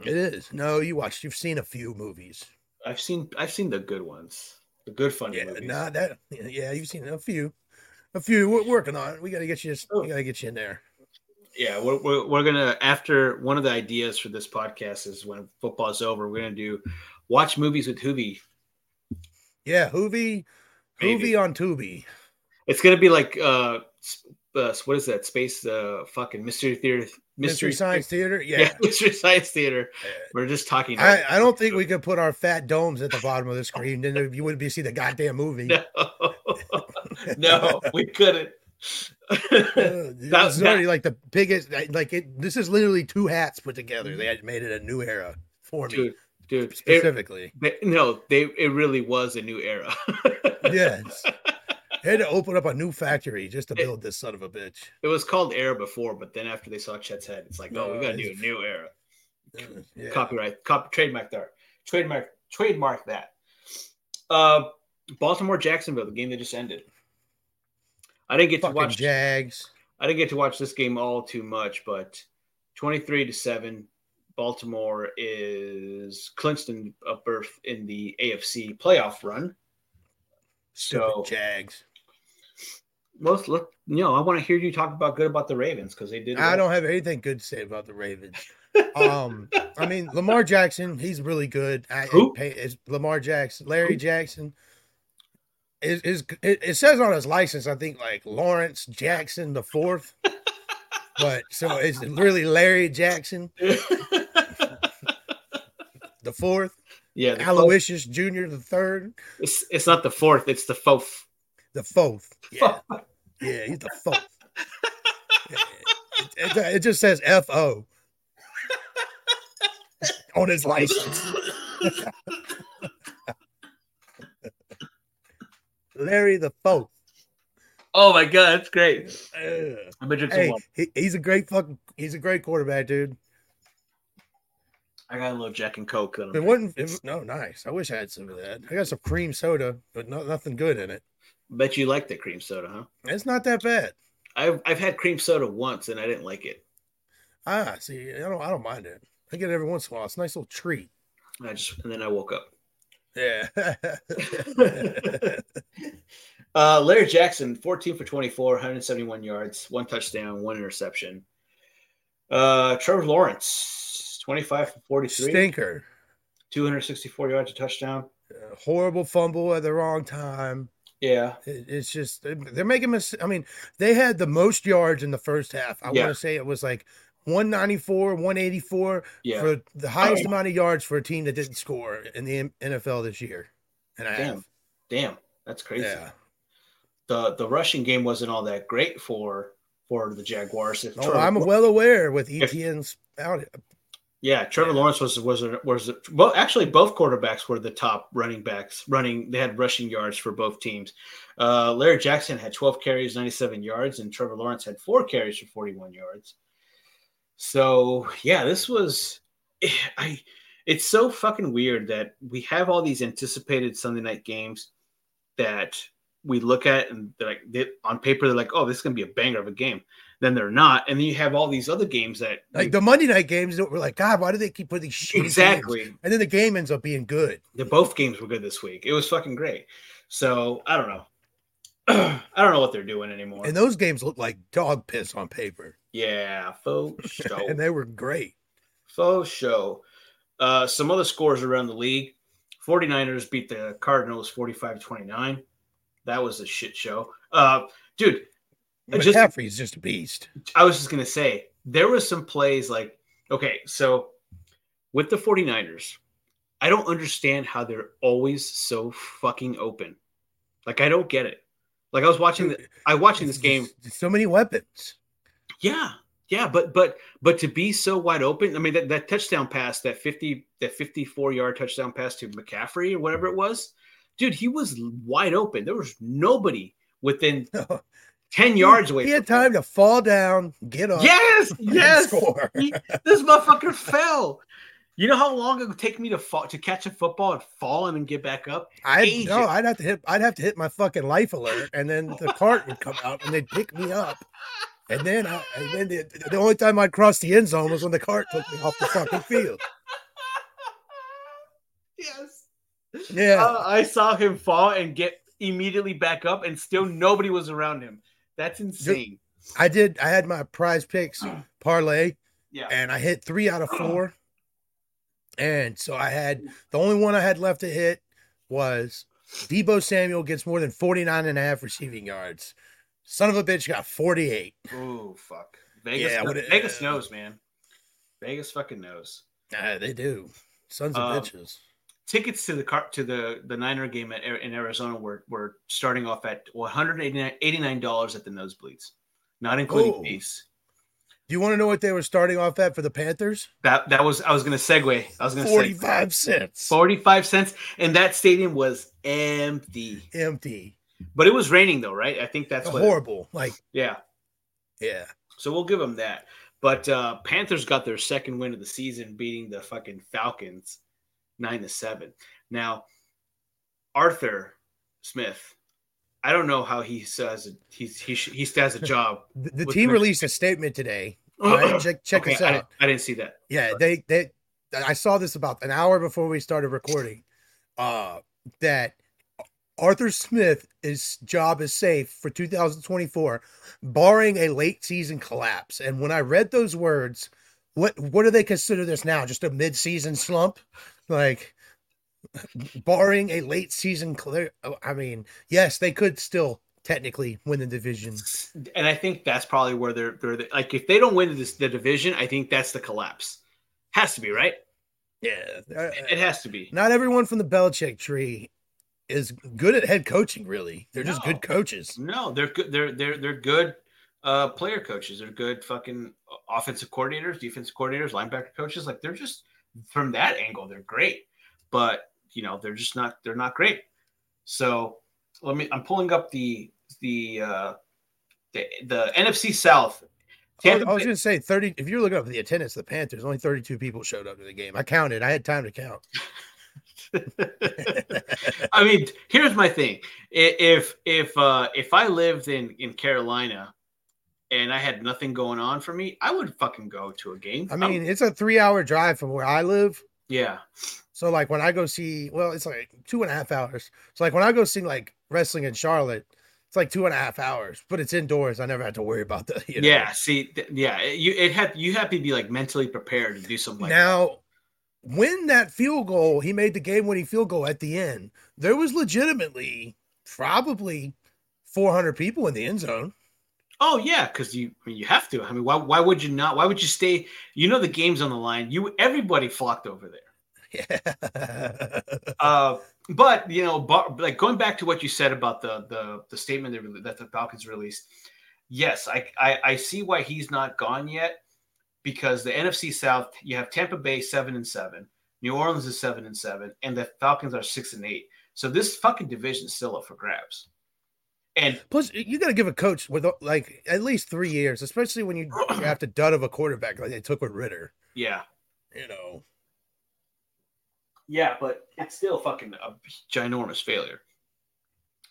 Speaker 2: It is. No, you watched. You've seen a few movies.
Speaker 3: I've seen I've seen the good ones, the good funny
Speaker 2: Yeah,
Speaker 3: movies.
Speaker 2: not that.
Speaker 3: Oh.
Speaker 2: Yeah, you've seen a few, a few. We're working on it. We got to get you. We got to get you in there.
Speaker 3: yeah, we're, we're, we're gonna after one of the ideas for this podcast is when football's over, we're gonna do watch movies with Hoovy.
Speaker 2: Yeah, Hoovy,
Speaker 3: Maybe.
Speaker 2: Hoovy on Tubi.
Speaker 3: It's gonna be like uh, s- uh what is that space uh fucking mystery theater
Speaker 2: Mystery, Science Theater.
Speaker 3: yeah.
Speaker 2: Yeah.
Speaker 3: (laughs) mystery science theater. We're just talking.
Speaker 2: I, I don't think we could put our fat domes at the bottom of the screen. Then you wouldn't be see the goddamn movie.
Speaker 3: (laughs) (laughs) no, no, we couldn't. (laughs)
Speaker 2: Uh, it's
Speaker 3: that-
Speaker 2: already like the biggest. Like it, this is literally two hats put together. They had made it a new era for me
Speaker 3: dude, dude, it,
Speaker 2: specifically.
Speaker 3: they, no, they it really was a new era. (laughs)
Speaker 2: yes, they had to open up a new factory just to
Speaker 3: It-
Speaker 2: build this son of a bitch.
Speaker 3: It was called Era before, but then after they saw Chet's head, it's like, oh, we
Speaker 2: No,
Speaker 3: gotta do a
Speaker 2: it's-
Speaker 3: new era.
Speaker 2: Uh, yeah.
Speaker 3: Copyright, cop, trademark that, trademark, trademark that. Uh, Baltimore Jacksonville, the game that just ended. I didn't get to
Speaker 2: Fucking
Speaker 3: watch.
Speaker 2: Jags.
Speaker 3: I didn't get to watch this game all too much, but twenty-three to seven, Baltimore is clinched in a berth in the AFC playoff run. So
Speaker 2: Stupid Jags.
Speaker 3: let's let you know. I want to hear you talk about good about the Ravens because they did.
Speaker 2: I
Speaker 3: well.
Speaker 2: don't have anything good to say about the
Speaker 3: (laughs)
Speaker 2: Ravens. Um, I mean Lamar Jackson, he's really good. I,
Speaker 3: Who?
Speaker 2: it pay- it's Lamar Jackson, Larry
Speaker 3: Who? Jackson.
Speaker 2: Jackson. Is is it, it says on his license? I think like Lawrence Jackson the
Speaker 3: (laughs)
Speaker 2: fourth, but so it's really Larry Jackson the fourth,
Speaker 3: (laughs) yeah, the fourth-
Speaker 2: Aloysius Junior the third,
Speaker 3: it's, it's not the fourth; it's the fourth.
Speaker 2: the
Speaker 3: (laughs)
Speaker 2: fourth. Yeah, yeah, he's the fourth. Yeah. It, it- it just says F O on his license. Larry the fourth.
Speaker 3: oh my god, that's great!
Speaker 2: Ugh.
Speaker 3: I bet you it's a
Speaker 2: Hey,
Speaker 3: one.
Speaker 2: he, he's a great fucking. He's a great quarterback, dude.
Speaker 3: I got a little Jack and Coke. That
Speaker 2: If It
Speaker 3: I'm
Speaker 2: wasn't. It, no, nice. I wish I had some of that. I got some cream soda, but no, nothing good in it.
Speaker 3: bet you like the cream soda, huh?
Speaker 2: It's not that bad.
Speaker 3: I've I've had cream soda once and I didn't like it.
Speaker 2: Ah, see, I don't. I don't mind it. I get it every once in a while. It's a nice little treat.
Speaker 3: And I just and then I woke up.
Speaker 2: Yeah. (laughs)
Speaker 3: Uh, Larry Jackson, 14 for 24, 171 yards, one touchdown, one interception. Uh, Trevor Lawrence, 25 for 43,
Speaker 2: Stinker.
Speaker 3: 264 yards, a touchdown.
Speaker 2: Uh, horrible fumble at the wrong time.
Speaker 3: Yeah.
Speaker 2: It- It's just they're making mis- I mean, they had the most yards in the first half. I
Speaker 3: Yeah.
Speaker 2: want to say it was like 194, 184
Speaker 3: Yeah. Oh.
Speaker 2: for the highest amount of yards for a team that didn't score in the M- NFL this year. And I
Speaker 3: Damn.
Speaker 2: have,
Speaker 3: Damn. That's crazy.
Speaker 2: yeah,
Speaker 3: The the rushing game wasn't all that great for for the Jaguars. If
Speaker 2: oh,
Speaker 3: Trevor-
Speaker 2: I'm well aware with
Speaker 3: If-
Speaker 2: ETN's out.
Speaker 3: Yeah, Trevor
Speaker 2: Yeah.
Speaker 3: Lawrence was was was well. Actually, both quarterbacks were the top running backs. Running, they had rushing yards for both teams. Uh, Larry Jackson had 12 carries, 97 yards, and Trevor Lawrence had four carries for 41 yards. So yeah, this was (sighs) I. It's so fucking weird that we have all these anticipated Sunday night games that we look at and they're like they, on paper they're like, oh, this is gonna be a banger of a game. Then they're not, and then you have all these other games that
Speaker 2: Like the Monday night games, we're like, God, why do they keep putting these shitty games?"
Speaker 3: exactly.
Speaker 2: And then the game ends up being good.
Speaker 3: the both games were good this week. It was fucking great. So I don't know. (clears throat) I don't know what they're doing anymore.
Speaker 2: And those games look like dog piss on paper,
Speaker 3: yeah, faux
Speaker 2: (laughs)
Speaker 3: show.
Speaker 2: and they were great.
Speaker 3: faux show. Uh, some other scores around the league. 49ers beat the Cardinals 45 29. That was a shit show. Uh, dude, I just-
Speaker 2: McCaffrey's just a beast.
Speaker 3: I was just going to say there was some plays like, okay, so with the 49ers, I don't understand how they're always so fucking open. Like, I don't get it. Like, I was watching the, I watching this game.
Speaker 2: So many weapons.
Speaker 3: Yeah. Yeah, but but but to be so wide open, I mean that, that touchdown pass, that 50 that 54 yard touchdown pass to McCaffrey or whatever it was, dude, he was wide open. There was nobody
Speaker 2: (laughs)
Speaker 3: within 10 yards away.
Speaker 2: He had
Speaker 3: from him.
Speaker 2: time to fall down, get up,
Speaker 3: Yes,
Speaker 2: and
Speaker 3: yes.
Speaker 2: score.
Speaker 3: He- this motherfucker fell. You know how long it would take me to fall to catch a football and fall and then get back up?
Speaker 2: I
Speaker 3: Agent.
Speaker 2: no, I'd have to hit. I'd have to hit my fucking life alert, and then the cart would come out and they'd pick me up. And then, I, and then the, the only time I'd cross the end zone was when the cart took me off the fucking field.
Speaker 3: Ah, Yes.
Speaker 2: Yeah,
Speaker 3: Uh, I saw him fall and get immediately back up, and still nobody was around him. That's insane.
Speaker 2: I did. I had my prize picks
Speaker 3: uh.
Speaker 2: parlay,
Speaker 3: Yeah.
Speaker 2: and I hit three out of
Speaker 3: Oh.
Speaker 2: four. And so I had the only one I had left to hit was Debo Samuel gets more than 49 and a half receiving yards. Son of a bitch got 48.
Speaker 3: Ooh, fuck. Vegas,
Speaker 2: Yeah, what uh, it-
Speaker 3: Vegas knows, man. Vegas fucking knows.
Speaker 2: Ah, they do. Sons of
Speaker 3: Um,
Speaker 2: bitches.
Speaker 3: Tickets to the car to the the Niner game at, in Arizona were were starting off at one hundred eighty nine dollars at the nosebleeds, not including
Speaker 2: Oh.
Speaker 3: these.
Speaker 2: Do you want to know what they were starting off at for the Panthers?
Speaker 3: That that was I was gonna segue. I was gonna say
Speaker 2: 45 cents.
Speaker 3: forty five cents, and that stadium was empty.
Speaker 2: Empty.
Speaker 3: But it was raining though, right? I think that's what.
Speaker 2: Horrible. Like,
Speaker 3: Yeah.
Speaker 2: yeah.
Speaker 3: So we'll give them that. But uh, Panthers got their second win of the season, beating the fucking Falcons nine to seven. Now, Arthur Smith, I don't know how he has a, he's, he sh- he still has a job.
Speaker 2: The, the
Speaker 3: With
Speaker 2: team
Speaker 3: Mc-
Speaker 2: released a statement
Speaker 3: (clears throat)
Speaker 2: today. All right, check Oh, check
Speaker 3: Okay,
Speaker 2: this
Speaker 3: I
Speaker 2: out.
Speaker 3: didn't, I didn't see that.
Speaker 2: Yeah, they they I saw this about an hour before we started recording. Uh that Arthur Smith's job is safe for 2024, barring a late season collapse. And when I read those words, what what do they consider this now? Just a mid season slump? Like barring a late season clear I mean, yes, they could still technically win the division.
Speaker 3: And I think that's probably where they're they're like if they don't win this the division, I think that's the collapse. Has to be right.
Speaker 2: Yeah. uh,
Speaker 3: It has to be.
Speaker 2: not everyone from the Belichick tree is good at head coaching. Really, they're just
Speaker 3: No.
Speaker 2: good coaches.
Speaker 3: No, they're good. They're they're they're good uh, player coaches. They're good fucking offensive coordinators, defensive coordinators, linebacker coaches. Like they're just from that angle, they're great. But you know, they're just not they're not great. So let me. I'm pulling up the the uh, the, the NFC (laughs) South.
Speaker 2: I was,
Speaker 3: Tampa
Speaker 2: I was
Speaker 3: Bay-
Speaker 2: gonna say thirty. If you're looking up the attendance, of the Panthers only thirty-two people showed up to the game. I counted. I had time to count. (laughs)
Speaker 3: I mean, here's my thing. I- If if uh, if I lived in in Carolina and I had nothing going on for me, I would fucking go to a game.
Speaker 2: I
Speaker 3: I'm-
Speaker 2: mean, it's a three-hour drive from where I live.
Speaker 3: yeah,
Speaker 2: So like when I go see, well, it's like two and a half hours. So like when I go see like wrestling in Charlotte, it's like two and a half hours, but it's indoors. I never have to worry about that. (laughs) you know?
Speaker 3: yeah. See, th- yeah, it- you it had you have to be like mentally prepared to do something. Like that.
Speaker 2: Now, when that field goal, he made the game winning field goal at the end, there was legitimately probably 400 people in the end zone. (laughs)
Speaker 3: Oh yeah, because you I mean, you have to. I mean, why why would you not? Why would you stay? You know the game's on the line. You everybody flocked over there.
Speaker 2: Yeah.
Speaker 3: Uh, but you know, bar, like going back to what you said about the the the statement that, that the Falcons released. Yes, I, I I see why he's not gone yet because the NFC South you have Tampa Bay seven and seven, New Orleans is seven and seven, and the Falcons are six and eight. So this fucking division is still up for grabs. And
Speaker 2: Plus, you got to give a coach with like at least three years, especially
Speaker 3: (clears throat)
Speaker 2: when you draft a dud of a quarterback like they took with Ritter.
Speaker 3: yeah,
Speaker 2: You know,
Speaker 3: Yeah, but it's still fucking a ginormous failure.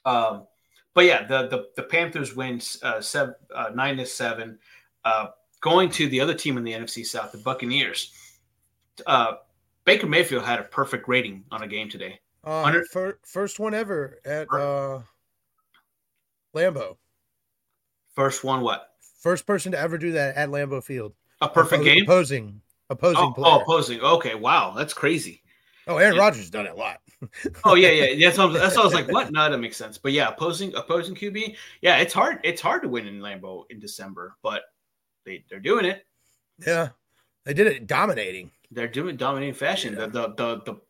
Speaker 3: Um, but yeah, the the, the Panthers win uh, seven, uh, nine to seven. Uh, going to the other team in the NFC South, the Buccaneers. Uh, Baker Mayfield had a perfect rating on a game today.
Speaker 2: uh,
Speaker 3: Under-
Speaker 2: fir- first one ever at uh, Lambeau.
Speaker 3: First one, what
Speaker 2: First person to ever do that at Lambeau Field.
Speaker 3: a perfect
Speaker 2: Oppo-
Speaker 3: game?
Speaker 2: Opposing, opposing
Speaker 3: Oh,
Speaker 2: player.
Speaker 3: oh, opposing. Okay, wow, that's crazy.
Speaker 2: Oh, Aaron
Speaker 3: Yeah.
Speaker 2: Rodgers done it a lot.
Speaker 3: Oh yeah, yeah. That's what I'm, that's what I was like. What? No, that makes sense. But yeah, opposing opposing QB. Yeah, it's hard. It's hard to win in Lambeau in December, but they they're doing it.
Speaker 2: Yeah, they did it dominating.
Speaker 3: they're doing dominating fashion.
Speaker 2: Yeah.
Speaker 3: The, the the the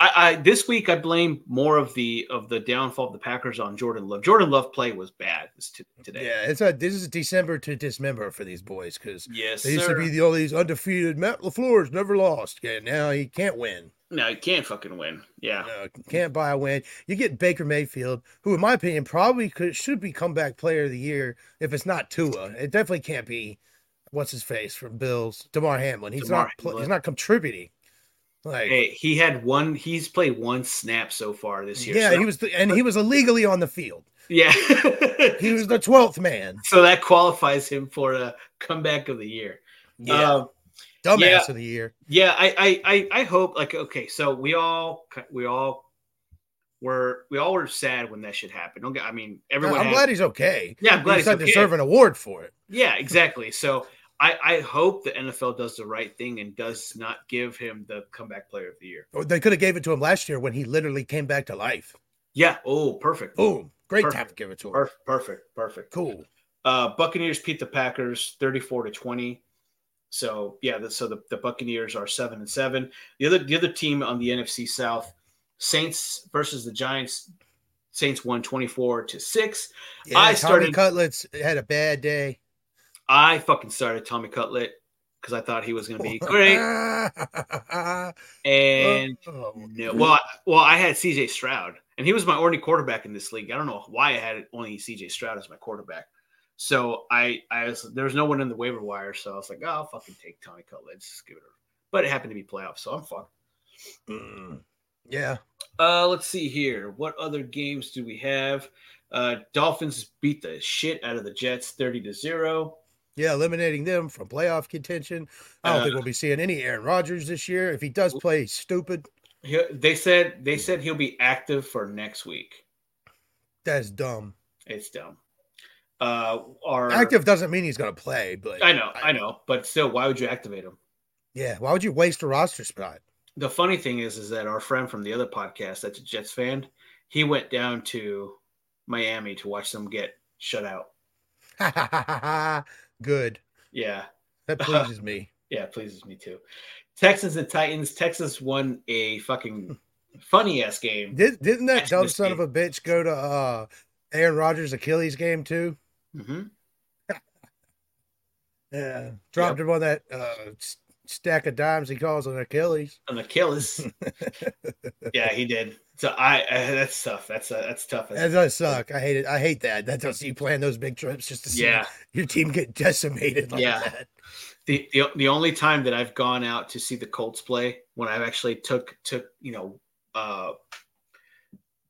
Speaker 3: I, I this week I blame more of the of the downfall of the Packers on Jordan Love. Jordan Love play was bad this t- today.
Speaker 2: Yeah, it's a this is December to dismember for these boys because
Speaker 3: Yes,
Speaker 2: they used
Speaker 3: sir.
Speaker 2: to be the all these undefeated. Matt Lafleur's never lost, and now he can't win.
Speaker 3: no, you can't fucking win. Yeah,
Speaker 2: No, can't buy a win. You get Baker Mayfield, who in my opinion probably could should be comeback player of the year if it's not Tua. It definitely can't be. What's his face from Bills? Damar Hamlin. He's
Speaker 3: Damar
Speaker 2: not. pl- He's
Speaker 3: Hamlin.
Speaker 2: not contributing. Like.
Speaker 3: hey, he had one. He's played one snap so far this year.
Speaker 2: yeah,
Speaker 3: so-
Speaker 2: he was, and he was illegally on the field.
Speaker 3: (laughs) yeah. (laughs)
Speaker 2: He was the twelfth man.
Speaker 3: so that qualifies him for a comeback of the year.
Speaker 2: Yeah,
Speaker 3: Um,
Speaker 2: dumbass
Speaker 3: yeah.
Speaker 2: of the year.
Speaker 3: Yeah, I, I I I hope like okay, so we all we all were we all were sad when that shit happened. Don't get, I mean, everyone.
Speaker 2: I'm
Speaker 3: had-
Speaker 2: glad he's okay.
Speaker 3: yeah, I'm glad
Speaker 2: he's
Speaker 3: he's
Speaker 2: not
Speaker 3: okay.
Speaker 2: deserve an award for it.
Speaker 3: Yeah, exactly. So I, I hope the NFL does the right thing and does not give him the comeback player of the year.
Speaker 2: Or they could have gave it to him last year when he literally came back to life.
Speaker 3: Yeah. Oh, perfect.
Speaker 2: Boom. Great time
Speaker 3: Perfect.
Speaker 2: to give it to him.
Speaker 3: Perfect. Perfect. Perfect.
Speaker 2: Cool.
Speaker 3: Uh, Buccaneers beat the Packers 34 to 20. So yeah, the, so the, the Buccaneers are seven and seven. The other the other team on the NFC South, Saints versus the Giants. Saints won 24 to six.
Speaker 2: Yeah,
Speaker 3: I
Speaker 2: Tommy
Speaker 3: started-
Speaker 2: Cutlets had a bad day.
Speaker 3: I fucking started Tommy Cutlet because I thought he was going to
Speaker 2: (laughs)
Speaker 3: be great. And
Speaker 2: Oh.
Speaker 3: no, well, I, well, I had C.J. Stroud, and he was my only quarterback in this league. I don't know why I had only C.J. Stroud as my quarterback. So I, I was, there was no one in the waiver wire, so I was like, oh, I'll fucking take Tommy Cutlet, just give it. a- But it happened to be playoffs, so I'm fucked.
Speaker 2: Mm. Yeah.
Speaker 3: Uh, let's see here. What other games do we have? Uh, Dolphins beat the shit out of the Jets, thirty to zero.
Speaker 2: Yeah, eliminating them from playoff contention. I don't
Speaker 3: Uh,
Speaker 2: think we'll be seeing any Aaron Rodgers this year. If he does play, he's stupid.
Speaker 3: He- They said they said he'll be active for next week.
Speaker 2: That's dumb.
Speaker 3: It's dumb. Uh, our
Speaker 2: Active doesn't mean he's going to play, but
Speaker 3: I know, I know, but still, why would you activate him?
Speaker 2: yeah, why would you waste a roster spot? (laughs)
Speaker 3: The funny thing is, is that our friend from the other podcast, that's a Jets fan, he went down to Miami to watch them get shut out.
Speaker 2: Good.
Speaker 3: Yeah, (laughs)
Speaker 2: That pleases me.
Speaker 3: yeah, pleases me too. Texans and Titans. Texas won a fucking funny ass game.
Speaker 2: Did, didn't that
Speaker 3: That's
Speaker 2: dumb
Speaker 3: risky.
Speaker 2: son of a bitch go to uh, Aaron Rodgers' Achilles game too? Mm-hmm.
Speaker 3: hmm
Speaker 2: Yeah. Dropped him on that uh, s- stack of dimes he calls an Achilles. (laughs)
Speaker 3: An Achilles. yeah, he did. So I, I that's tough. That's uh, that's tough.
Speaker 2: That does suck. I hate it. I hate that. That does you plan those big trips just to see
Speaker 3: yeah.
Speaker 2: your team get decimated like
Speaker 3: Yeah.
Speaker 2: that.
Speaker 3: the, the the only time that I've gone out to see the Colts play when I've actually took took you know uh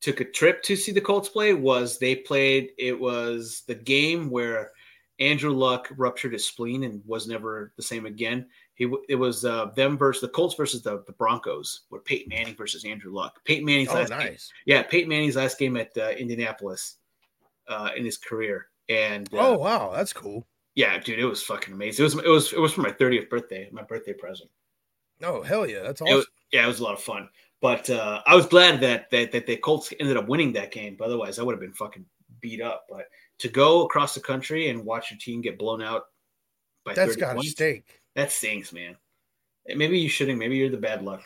Speaker 3: took a trip to see the Colts play was they played it was the game where Andrew Luck ruptured his spleen and was never the same again. He w- it was uh, them versus the Colts versus the, the Broncos with Peyton Manning versus Andrew Luck. Peyton Manning's
Speaker 2: Oh,
Speaker 3: last game-
Speaker 2: nice.
Speaker 3: yeah Peyton Manning's last game at uh, Indianapolis uh, in his career and uh,
Speaker 2: Oh, wow. That's cool.
Speaker 3: yeah, dude, it was fucking amazing. It was it was it was for my 30th birthday, my birthday present.
Speaker 2: Oh, hell yeah. That's
Speaker 3: It
Speaker 2: awesome.
Speaker 3: was, yeah, it was a lot of fun. But uh, I was glad that, that that the Colts ended up winning that game. But otherwise, I would have been fucking beat up. But to go across the country and watch your team get blown out by
Speaker 2: That's
Speaker 3: 30
Speaker 2: got to
Speaker 3: points,
Speaker 2: stink.
Speaker 3: that stings, man. And Maybe you shouldn't. Maybe you're the bad luck.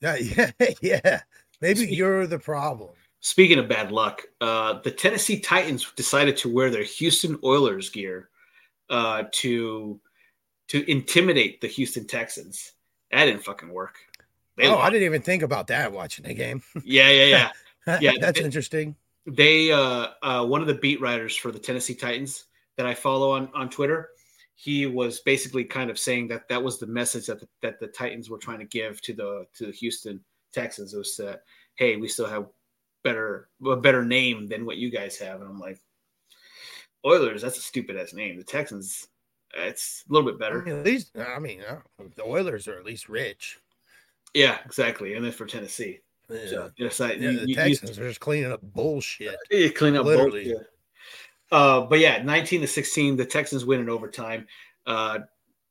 Speaker 2: Yeah, (laughs) yeah, yeah. Maybe
Speaker 3: Speak-
Speaker 2: you're the problem.
Speaker 3: Speaking of bad luck, uh, the Tennessee Titans decided to wear their Houston Oilers gear uh, to to intimidate the Houston Texans. That didn't fucking work. They
Speaker 2: oh,
Speaker 3: lost.
Speaker 2: I didn't even think about that watching the game. (laughs)
Speaker 3: yeah, yeah, yeah. Yeah,
Speaker 2: that's
Speaker 3: it-
Speaker 2: interesting.
Speaker 3: they uh, uh one of the beat writers for the Tennessee Titans that I follow on on Twitter he was basically kind of saying that that was the message that the, that the Titans were trying to give to the to the Houston Texans it was that hey we still have better a better name than what you guys have and I'm like Oilers that's a stupid ass name the Texans uh, it's a little bit
Speaker 2: I
Speaker 3: better
Speaker 2: mean, at least, I mean, uh, the Oilers are at least rich.
Speaker 3: yeah exactly and then for Tennessee
Speaker 2: Yeah.
Speaker 3: so, you know, so
Speaker 2: Yeah,
Speaker 3: you-
Speaker 2: the
Speaker 3: you- you-
Speaker 2: Texans are just cleaning up bullshit.
Speaker 3: Yeah, clean up
Speaker 2: Literally.
Speaker 3: both. yeah. Uh, but yeah, 19 to 16, the Texans win in overtime. Uh,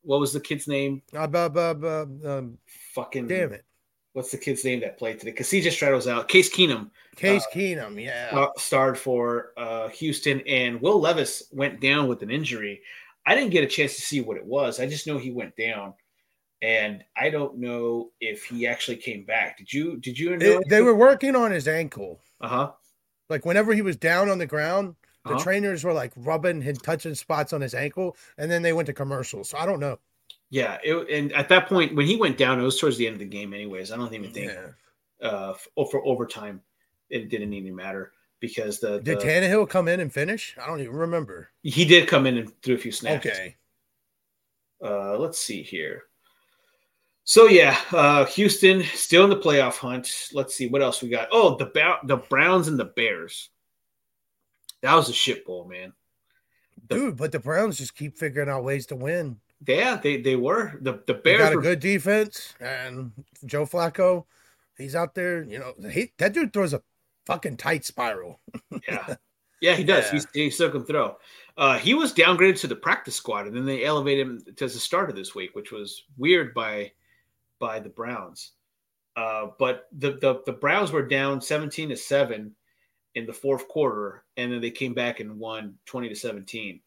Speaker 3: what was the kid's name?
Speaker 2: Uh, bu- bu- bu- um,
Speaker 3: Fucking
Speaker 2: damn it.
Speaker 3: What's the kid's name that played today? Because CJ Stroud was out. Case Keenum
Speaker 2: Case Keenum, yeah.
Speaker 3: uh, starred for uh, Houston, and Will Levis went down with an injury. I didn't get a chance to see what it was. I just know he went down, and I don't know if he actually came back. Did you? Did you?
Speaker 2: It- they were working on his ankle.
Speaker 3: Uh huh.
Speaker 2: Like whenever he was down on the ground, the
Speaker 3: Uh-huh.
Speaker 2: trainers were like rubbing and touching spots on his ankle, and then they went to commercial. So I don't know.
Speaker 3: Yeah, it, and at that point when he went down, it was towards the end of the game, anyways. I don't even think
Speaker 2: Yeah.
Speaker 3: uh, for, for overtime, it didn't even matter because the,
Speaker 2: Did
Speaker 3: the-
Speaker 2: Tannehill come in and finish? I don't even remember.
Speaker 3: he did come in and threw a few snaps.
Speaker 2: Okay.
Speaker 3: Uh, let's see here. So yeah, uh, Houston still in the playoff hunt. Let's see what else we got. Oh, the Bow- the Browns and the Bears. That was a shit bowl, man. The-
Speaker 2: Dude, but the Browns just keep figuring out ways to win.
Speaker 3: Yeah, they they were the
Speaker 2: They
Speaker 3: the Bears
Speaker 2: got a
Speaker 3: were
Speaker 2: good defense, and Joe Flacco, He's out there, you know. He that dude throws a fucking tight spiral.
Speaker 3: yeah, yeah, he does.
Speaker 2: Yeah.
Speaker 3: He, he still can throw. Uh, he was downgraded to the practice squad, and then they elevated him to the starter this week, which was weird by by the Browns. Uh, but the, the the Browns were down seventeen to seven in the fourth quarter, and then they came back and won twenty to seventeen.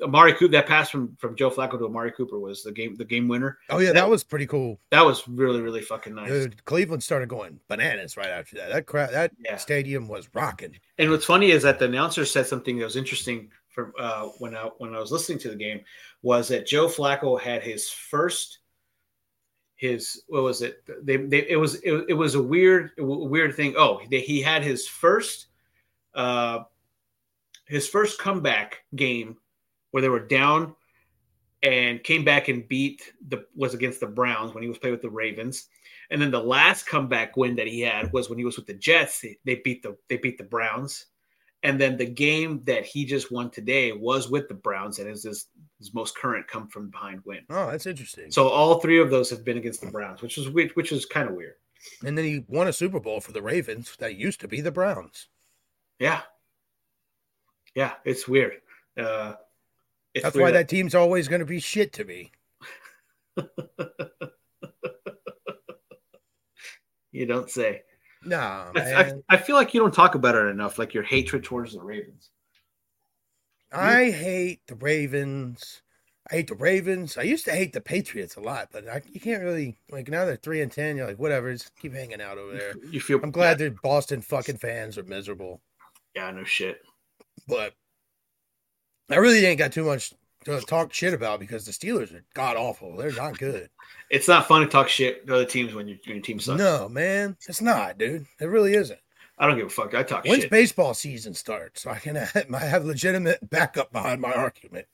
Speaker 3: Amari Cooper, that pass from from Joe Flacco to Amari Cooper was the game the game winner.
Speaker 2: Oh yeah, that was pretty cool.
Speaker 3: That was really really fucking nice.
Speaker 2: Dude, Cleveland started going bananas right after that. That crowd, that
Speaker 3: Yeah.
Speaker 2: stadium was rocking.
Speaker 3: And what's funny is that the announcer said something that was interesting from uh, when I when I was listening to the game was that Joe Flacco had his first his what was it they, they it was it, it was a weird a weird thing oh they, he had his first uh his first comeback game where they were down and came back and beat the was against the Browns when he was playing with the Ravens and then the last comeback win that he had was when he was with the Jets. They, they beat the they beat the Browns, and then the game that he just won today was with the Browns, and is his, his most current come from behind win.
Speaker 2: Oh, that's interesting.
Speaker 3: So all three of those have been against the Browns, which was weird, which was kind of weird.
Speaker 2: and then he won a Super Bowl for the Ravens that used to be the Browns.
Speaker 3: Yeah, yeah, it's weird. Uh, it's
Speaker 2: That's why
Speaker 3: weird
Speaker 2: that team's always going to be shit to me.
Speaker 3: you don't say.
Speaker 2: Nah,
Speaker 3: (laughs) I, I,
Speaker 2: man.
Speaker 3: I feel like you don't talk about it enough, like your hatred towards the Ravens.
Speaker 2: I hate the Ravens. I hate the Ravens. I used to hate the Patriots a lot, but I, you can't really like now they're three and ten. You're like, whatever, just keep hanging out
Speaker 3: (laughs)
Speaker 2: over there.
Speaker 3: You feel
Speaker 2: I'm glad the Boston fucking fans are miserable,
Speaker 3: Yeah, no shit.
Speaker 2: but I really ain't got too much to talk shit about because the Steelers are god awful. They're not good.
Speaker 3: It's not fun to talk shit to other teams when your, when your team sucks.
Speaker 2: No, man, it's not, dude. It really isn't.
Speaker 3: I don't give a fuck. I talk
Speaker 2: When's
Speaker 3: shit.
Speaker 2: baseball season start? So I can have, (laughs) I have legitimate backup behind my argument.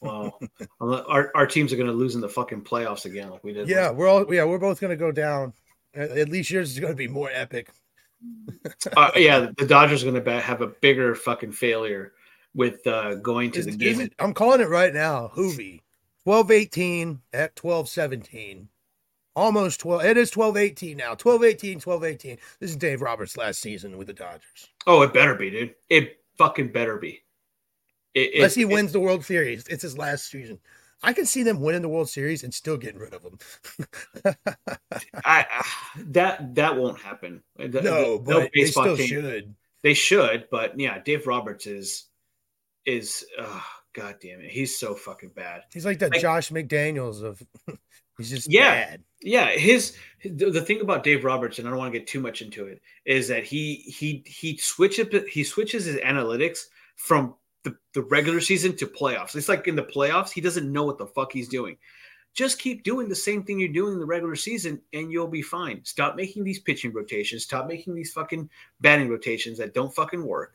Speaker 3: well, our, our teams are going to lose in the fucking playoffs again, like we did.
Speaker 2: Yeah, we're all yeah, we're both gonna go down. At at least yours is gonna be more epic.
Speaker 3: last- uh, yeah. The Dodgers are going to have a bigger fucking failure with uh, going to
Speaker 2: Is-
Speaker 3: the
Speaker 2: is
Speaker 3: game.
Speaker 2: it- I'm calling it right now. Hoovy, twelve eighteen at twelve seventeen, almost twelve. It is twelve eighteen now. 12-18, 12-18. This is Dave Roberts' last season with the Dodgers.
Speaker 3: oh, it better be, dude. It fucking better be. It, it-
Speaker 2: Unless he
Speaker 3: it-
Speaker 2: wins the World Series, it's his last season. I can see them winning the World Series and still getting rid of him.
Speaker 3: I, I- that that won't happen. The- the-
Speaker 2: No, but they
Speaker 3: baseball
Speaker 2: still
Speaker 3: team-
Speaker 2: should.
Speaker 3: They should, but yeah, Dave Roberts is is uh, god damn it, he's so fucking bad.
Speaker 2: He's like that
Speaker 3: Like-
Speaker 2: Josh McDaniels of (laughs) he's just
Speaker 3: Yeah.
Speaker 2: bad.
Speaker 3: yeah his the, the thing about dave roberts and i don't want to get too much into it is that he he he switches he switches his analytics from the, the regular season to playoffs it's like in the playoffs he doesn't know what the fuck he's doing just keep doing the same thing you're doing in the regular season and you'll be fine stop making these pitching rotations stop making these fucking batting rotations that don't fucking work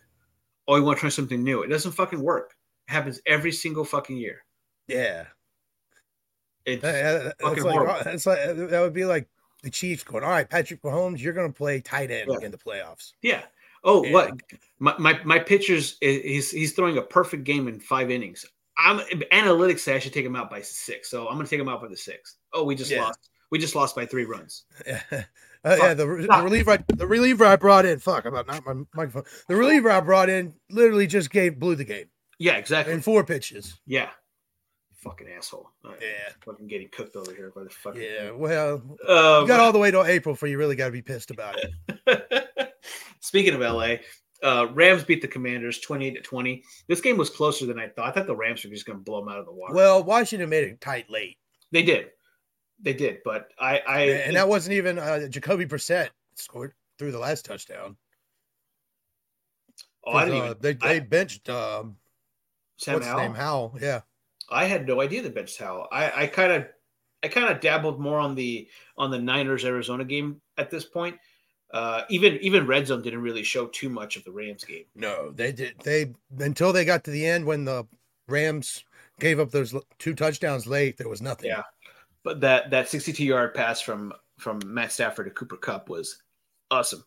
Speaker 3: oh you want to try something new it doesn't fucking work it happens every single fucking year
Speaker 2: Yeah.
Speaker 3: it's,
Speaker 2: That- that-
Speaker 3: fucking
Speaker 2: that's like, uh,
Speaker 3: horrible.
Speaker 2: that's like that would be like the Chiefs going, all right, Patrick Mahomes, you're gonna play tight end
Speaker 3: Yeah.
Speaker 2: in the playoffs. (laughs)
Speaker 3: Yeah. Oh,
Speaker 2: Yeah.
Speaker 3: what? My my my pitcher's eh, he's he's throwing a perfect game in five innings. I'm analytics say I should take him out by six, so I'm gonna take him out by the six. Oh, we just
Speaker 2: Yeah.
Speaker 3: lost. We just lost by three runs.
Speaker 2: Yeah. Uh, yeah, the, the
Speaker 3: Fuck.
Speaker 2: reliever I, the reliever I brought in, fuck, I'm not my microphone. The reliever I brought in literally just gave blew the game
Speaker 3: Yeah, exactly.
Speaker 2: in four pitches.
Speaker 3: Yeah. Fucking asshole. All right.
Speaker 2: Yeah.
Speaker 3: Fucking getting cooked over here by the fucking.
Speaker 2: Yeah, well,
Speaker 3: Um,
Speaker 2: you got all
Speaker 3: (laughs)
Speaker 2: the way till April for you really got to be pissed about it.
Speaker 3: Speaking of LA, uh, Rams beat the Commanders 28 to 20. This game was closer than I thought. I thought the Rams were just going to blow them out of the water.
Speaker 2: Well, Washington made it tight late,
Speaker 3: they did. They did, but I, I
Speaker 2: and that wasn't even uh, Jacoby Brissett scored through the last touchdown.
Speaker 3: oh, I didn't
Speaker 2: 'Cause,
Speaker 3: even,
Speaker 2: uh, they
Speaker 3: I-
Speaker 2: they benched um,
Speaker 3: Sam
Speaker 2: what's his
Speaker 3: Howell?
Speaker 2: name Howell. Yeah,
Speaker 3: I had no idea the bench towel. I I kind of I kind of dabbled more on the on the Niners Arizona game at this point. Uh, even even red zone didn't really show too much of the Rams game.
Speaker 2: no, they did. They until they got to the end when the Rams gave up those l- two touchdowns late. There was nothing.
Speaker 3: Yeah. But that that 62 yard pass from from Matt Stafford to Cooper Cup was awesome.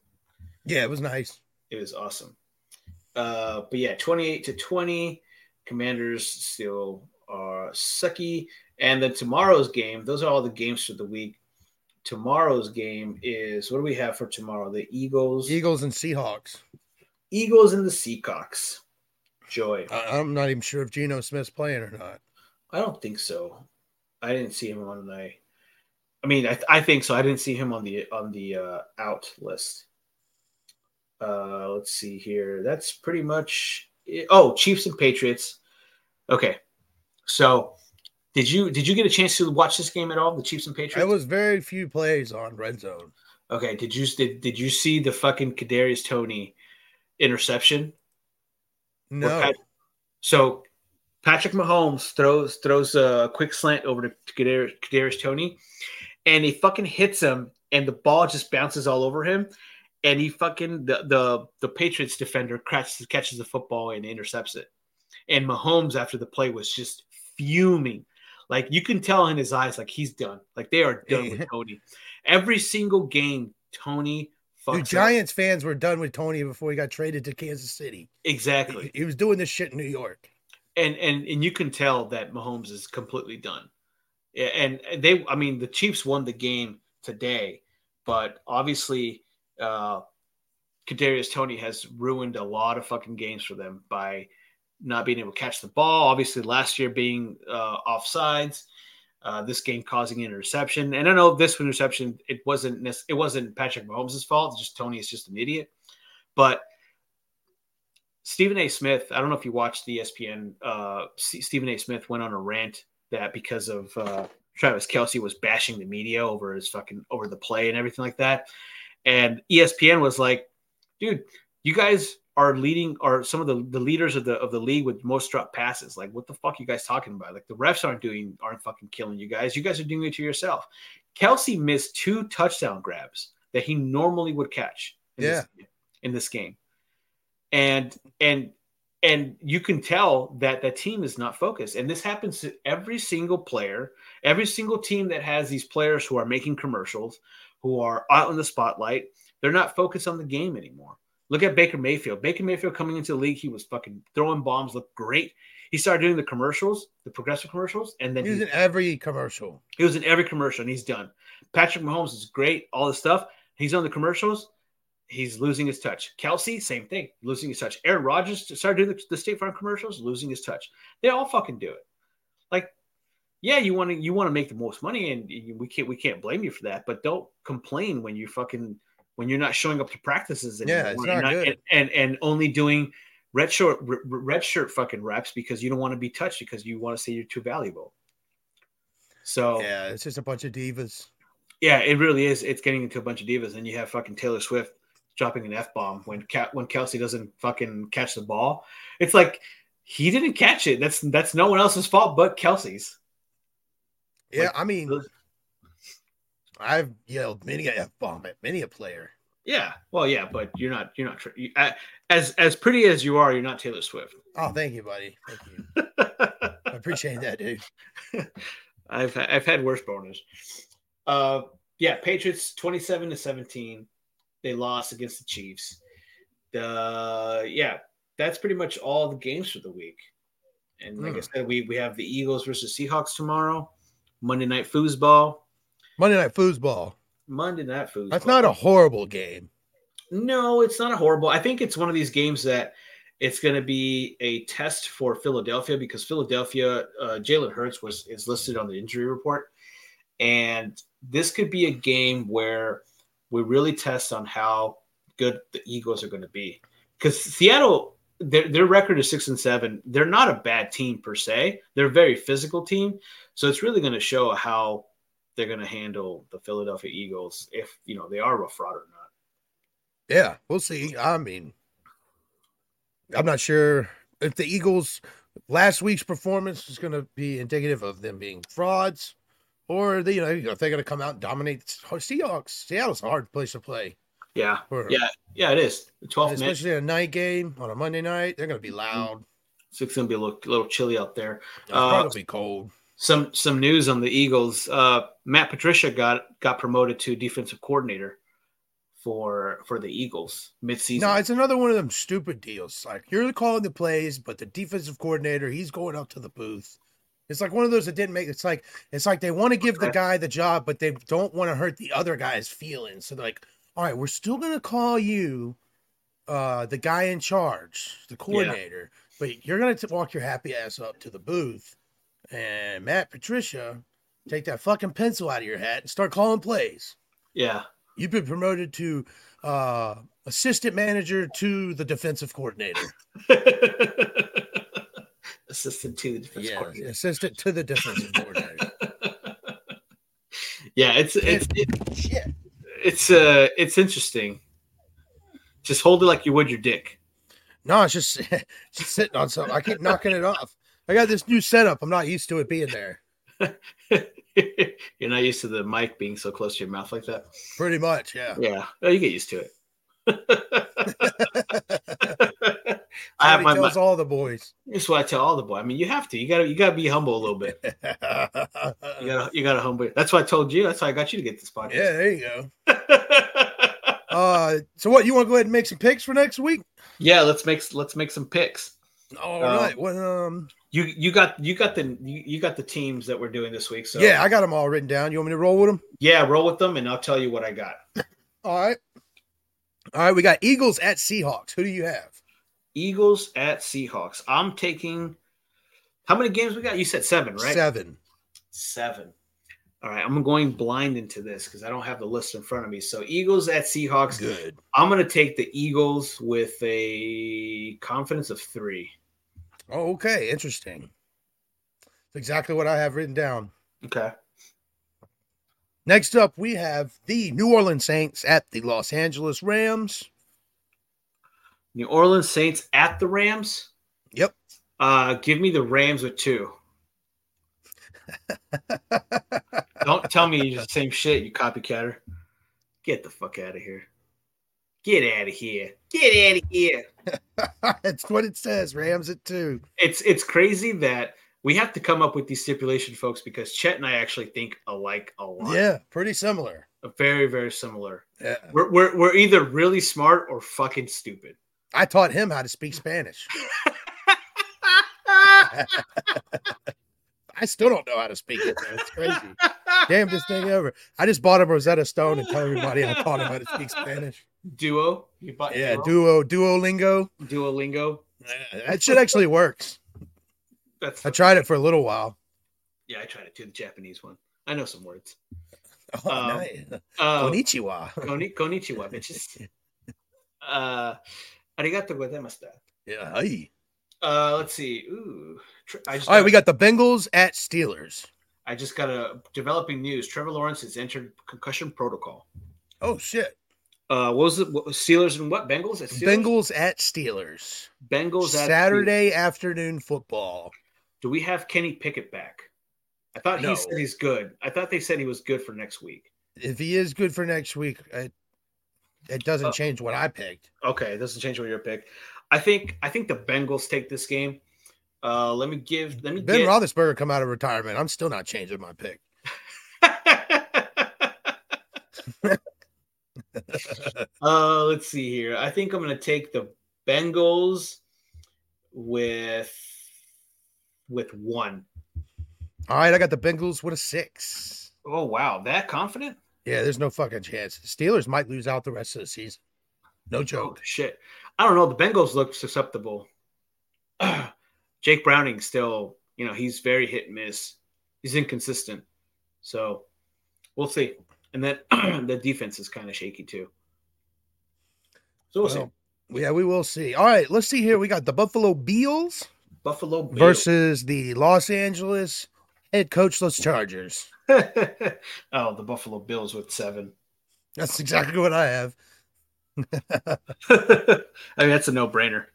Speaker 2: yeah, it was nice.
Speaker 3: It was awesome. Uh, but yeah, 28 to 20, Commanders still are sucky. And then tomorrow's game. Those are all the games for the week. Tomorrow's game is what do we have for tomorrow? The Eagles,
Speaker 2: Eagles and Seahawks.
Speaker 3: Eagles and the Seacocks. Joy.
Speaker 2: I, I'm not even sure if Geno Smith's playing or not.
Speaker 3: I don't think so. I didn't see him on the. I mean, I, th- I think so. I didn't see him on the on the uh, out list. Uh, let's see here. That's pretty much. It. Oh, Chiefs and Patriots. Okay, so did you did you get a chance to watch this game at all? The Chiefs and Patriots.
Speaker 2: There was very few plays on red zone.
Speaker 3: Okay, did you did, did you see the fucking Kadarius Tony interception?
Speaker 2: No.
Speaker 3: Pat- so Patrick Mahomes throws throws a quick slant over to Kadarius, Kadarius Tony, and he fucking hits him, and the ball just bounces all over him, and he fucking the the, the Patriots defender catches catches the football and intercepts it, and Mahomes after the play was just fuming. Like you can tell in his eyes, like he's done. Like they are done with Tony. Every single game, Tony.
Speaker 2: The
Speaker 3: fucks up.
Speaker 2: Giants fans were done with Tony before he got traded to Kansas City. He,
Speaker 3: Exactly.
Speaker 2: he was doing this shit in New York.
Speaker 3: and and and you can tell that Mahomes is completely done. Yeah, And and they, I mean, the Chiefs won the game today, but obviously, uh, Kadarius Tony has ruined a lot of fucking games for them by not being able to catch the ball. Obviously, last year being uh, offsides, uh, this game causing an interception, and I know this interception it wasn't nec- it wasn't Patrick Mahomes' fault. It's just Tony is just an idiot, but Stephen A. Smith, I don't know if you watched E the ESPN. Uh, S- Stephen A. Smith went on a rant that because of uh, Travis Kelsey was bashing the media over his fucking over the play and everything like that, and E ESPN was like, "Dude, you guys are leading are some of the, the leaders of the of the league with most drop passes. Like, what the fuck you guys talking about? Like, the refs aren't doing aren't fucking killing you guys. You guys are doing it to yourself." Kelsey missed two touchdown grabs that he normally would catch. in this- in this game and and and you can tell that that team is not focused and this happens to every single player every single team that has these players who are making commercials who are out in the spotlight they're not focused on the game anymore look at baker mayfield baker mayfield coming into the league he was fucking throwing bombs looked great he started doing the commercials the progressive commercials and then
Speaker 2: He was
Speaker 3: he,
Speaker 2: in every commercial.
Speaker 3: he was in every commercial and he's done patrick mahomes is great all this stuff he's on the commercials he's losing his touch. Kelsey, same thing, losing his touch. Aaron Rodgers started doing the, the State Farm commercials, losing his touch. They all fucking do it. Like, yeah, you want to you want to make the most money, and you- we can't we can't blame you for that. But don't complain when you fucking when you're not showing up to practices anymore,
Speaker 2: Yeah, it's
Speaker 3: and,
Speaker 2: not good.
Speaker 3: and, and and only doing red shirt r- r- red shirt fucking reps because you don't want to be touched because you want to say you're too valuable. So
Speaker 2: Yeah, it's just a bunch of divas.
Speaker 3: yeah, it really is. It's getting into a bunch of divas, and you have fucking Taylor Swift dropping an f bomb when Cal- when Kelsey doesn't fucking catch the ball. It's like he didn't catch it. That's that's no one else's fault but Kelsey's.
Speaker 2: Yeah,
Speaker 3: Like,
Speaker 2: I mean,
Speaker 3: those-
Speaker 2: I've yelled many a f bomb at many a player.
Speaker 3: Yeah, well, yeah, but you're not you're not tr- you- uh, as as pretty as you are. You're not Taylor Swift. (laughs)
Speaker 2: Oh, thank you, buddy. Thank you. I appreciate that, dude.
Speaker 3: I've ha- I've had worse boners. Uh, yeah, Patriots twenty seven to seventeen, they lost against the Chiefs. The yeah, that's pretty much all the games for the week. And like I
Speaker 2: Hmm.
Speaker 3: said, we we have the Eagles versus Seahawks tomorrow, Monday night foosball,
Speaker 2: Monday Night Foosball.
Speaker 3: Monday night foosball.
Speaker 2: That's not a horrible game.
Speaker 3: No, it's not a horrible. I think it's one of these games that it's going to be a test for Philadelphia because Philadelphia, uh, Jalen Hurts was is listed on the injury report, and this could be a game where we really test on how good the Eagles are going to be because Seattle. Their, their record is six and seven. They're not a bad team per se. They're a very physical team, so it's really going to show how they're going to handle the Philadelphia Eagles if you know they are rough rod or not.
Speaker 2: Yeah, we'll see. I mean, I'm not sure if the Eagles last week's performance is going to be indicative of them being frauds, or they, you know, if they're going to come out and dominate the Seahawks. Seattle's a hard place to play,
Speaker 3: Yeah,
Speaker 2: for,
Speaker 3: Yeah, yeah, it is. The 12th minute,
Speaker 2: especially in a night game on a Monday night. They're going to be loud.
Speaker 3: so it's gonna be a little, little chilly out there.
Speaker 2: It's
Speaker 3: Uh,
Speaker 2: probably cold.
Speaker 3: Some some news on the Eagles. Uh, Matt Patricia got got promoted to defensive coordinator for for the Eagles midseason.
Speaker 2: No, it's another one of them stupid deals. Like you're calling the plays, but the defensive coordinator, he's going up to the booth It's like one of those that didn't make. It's like it's like they want to give the guy the job, but they don't want to hurt the other guy's feelings. So they're like, all right, we're still gonna call you uh the guy in charge, the coordinator, but you're gonna t- walk your happy ass up to the booth, and Matt Patricia, take that fucking pencil out of your hat and start calling plays.
Speaker 3: Yeah. (laughs)
Speaker 2: You've been promoted to uh assistant manager to the defensive
Speaker 3: (laughs)
Speaker 2: coordinator.
Speaker 3: Assistant to the defense
Speaker 2: yeah,
Speaker 3: coordinator.
Speaker 2: assistant to the defensive coordinator.
Speaker 3: Yeah, it's it's it,
Speaker 2: Shit.
Speaker 3: it's uh it's interesting. Just hold it like you would your dick. (laughs)
Speaker 2: No, it's just, (laughs) it's just sitting on something. I keep knocking it off. I got this new setup. I'm not used to it being there.
Speaker 3: You're not used to the mic being so close to your mouth like that.
Speaker 2: Pretty much, yeah.
Speaker 3: Yeah, oh, you get
Speaker 2: (laughs)
Speaker 3: used to it. I have
Speaker 2: Somebody
Speaker 3: my.
Speaker 2: tells
Speaker 3: mi-
Speaker 2: all the boys. (laughs)
Speaker 3: That's what I tell all the boy. I mean, you have to. You gotta. You gotta be humble a
Speaker 2: (laughs)
Speaker 3: little bit. You gotta. You gotta humble. That's why I told you. That's why I got you to get this
Speaker 2: Yeah,
Speaker 3: (laughs) podcast.
Speaker 2: there you go.
Speaker 3: Yeah.
Speaker 2: Uh, so what? You want to go ahead and make some picks for next week?
Speaker 3: Let's make. Let's make some picks.
Speaker 2: All
Speaker 3: Um,
Speaker 2: right. Well, um,
Speaker 3: You you got you got the you, you got the teams that we're doing this week. So
Speaker 2: yeah, I got them all written down. You want me to roll with them?
Speaker 3: yeah, roll with them, and I'll tell you what I got.
Speaker 2: All right. All right. We got Eagles at Seahawks. Who do you have?
Speaker 3: Eagles at Seahawks. I'm taking. How many games we got? You said seven, right?
Speaker 2: Seven.
Speaker 3: Seven. All right, I'm going blind into this because I don't have the list in front of me. So Eagles at Seahawks.
Speaker 2: Good.
Speaker 3: I'm going to take the Eagles with a confidence of three.
Speaker 2: Oh, okay. Interesting. That's exactly what I have written down.
Speaker 3: Okay.
Speaker 2: Next up, we have the New Orleans Saints at the Los Angeles Rams. (laughs)
Speaker 3: New Orleans Saints at the Rams.
Speaker 2: Yep.
Speaker 3: Uh, give me the Rams
Speaker 2: (laughs)
Speaker 3: with two. Don't tell me you're the same shit, you copycatter. Get the fuck out of here. Get out of here. Get out of here.
Speaker 2: That's what it says. Rams at two.
Speaker 3: it's it's crazy that we have to come up with these stipulation folks because chet and i actually think alike a lot
Speaker 2: Yeah, pretty similar.
Speaker 3: very very similar
Speaker 2: Yeah.
Speaker 3: we're, we're, we're either really smart or
Speaker 2: (laughs)
Speaker 3: fucking stupid
Speaker 2: I taught him how to speak Spanish. I still don't know how to speak it. Though. It's (laughs) crazy. Damn this thing ever. I just bought him Rosetta Stone and tell everybody I taught him how to speak Spanish.
Speaker 3: duo you bought
Speaker 2: Yeah,
Speaker 3: duo,
Speaker 2: duo, Duolingo.
Speaker 3: duolingo
Speaker 2: That shit actually works.
Speaker 3: that's
Speaker 2: I
Speaker 3: the-
Speaker 2: tried it for a little while.
Speaker 3: yeah i tried to do the japanese one i know some words
Speaker 2: Oh, (laughs)
Speaker 3: Um,
Speaker 2: nice.
Speaker 3: uh,
Speaker 2: Konnichiwa.
Speaker 3: koni-
Speaker 2: (laughs)
Speaker 3: konnichiwa bitches uh arigato gozaimashita
Speaker 2: Yeah. hey.
Speaker 3: uh let's see ooh tr- I just
Speaker 2: All right,
Speaker 3: got-
Speaker 2: we got the Bengals at Steelers.
Speaker 3: I just got a developing news. Trevor Lawrence has entered concussion protocol.
Speaker 2: Oh shit.
Speaker 3: Uh, what was it? What, Steelers and what? Bengals? At Steelers?
Speaker 2: Bengals at Steelers.
Speaker 3: Bengals at
Speaker 2: Saturday afternoon football.
Speaker 3: Do we have Kenny Pickett back? I thought
Speaker 2: No.
Speaker 3: he said he's good. I thought they said he was good for next week.
Speaker 2: If he is good for next week, it, it doesn't
Speaker 3: Uh,
Speaker 2: change what I picked.
Speaker 3: Okay, it doesn't change what your pick. I think I think the Bengals take this game. Uh, let me give let me
Speaker 2: Ben
Speaker 3: get
Speaker 2: Roethlisberger come out of retirement. I'm still not changing my pick.
Speaker 3: (laughs) uh, let's see here. I think I'm going to take the Bengals with with one.
Speaker 2: All right, I got the Bengals with a six.
Speaker 3: Oh wow, that confident?
Speaker 2: Yeah, there's no fucking chance. The Steelers might lose out the rest of the season. No
Speaker 3: Oh
Speaker 2: joke.
Speaker 3: shit! I don't know. The Bengals look susceptible. (clears throat) Jake Browning still, you know, he's very hit and miss. He's inconsistent. So we'll see. And (clears throat) then the defense is kind of shaky too. So we'll, see.
Speaker 2: Well, yeah, we will see. All right, let's see here. We got the Buffalo Bills
Speaker 3: Buffalo Bills.
Speaker 2: versus the Los Angeles head coachless Chargers.
Speaker 3: (laughs) oh, the Buffalo Bills with seven. (laughs)
Speaker 2: That's exactly what I have.
Speaker 3: I mean, that's a no-brainer.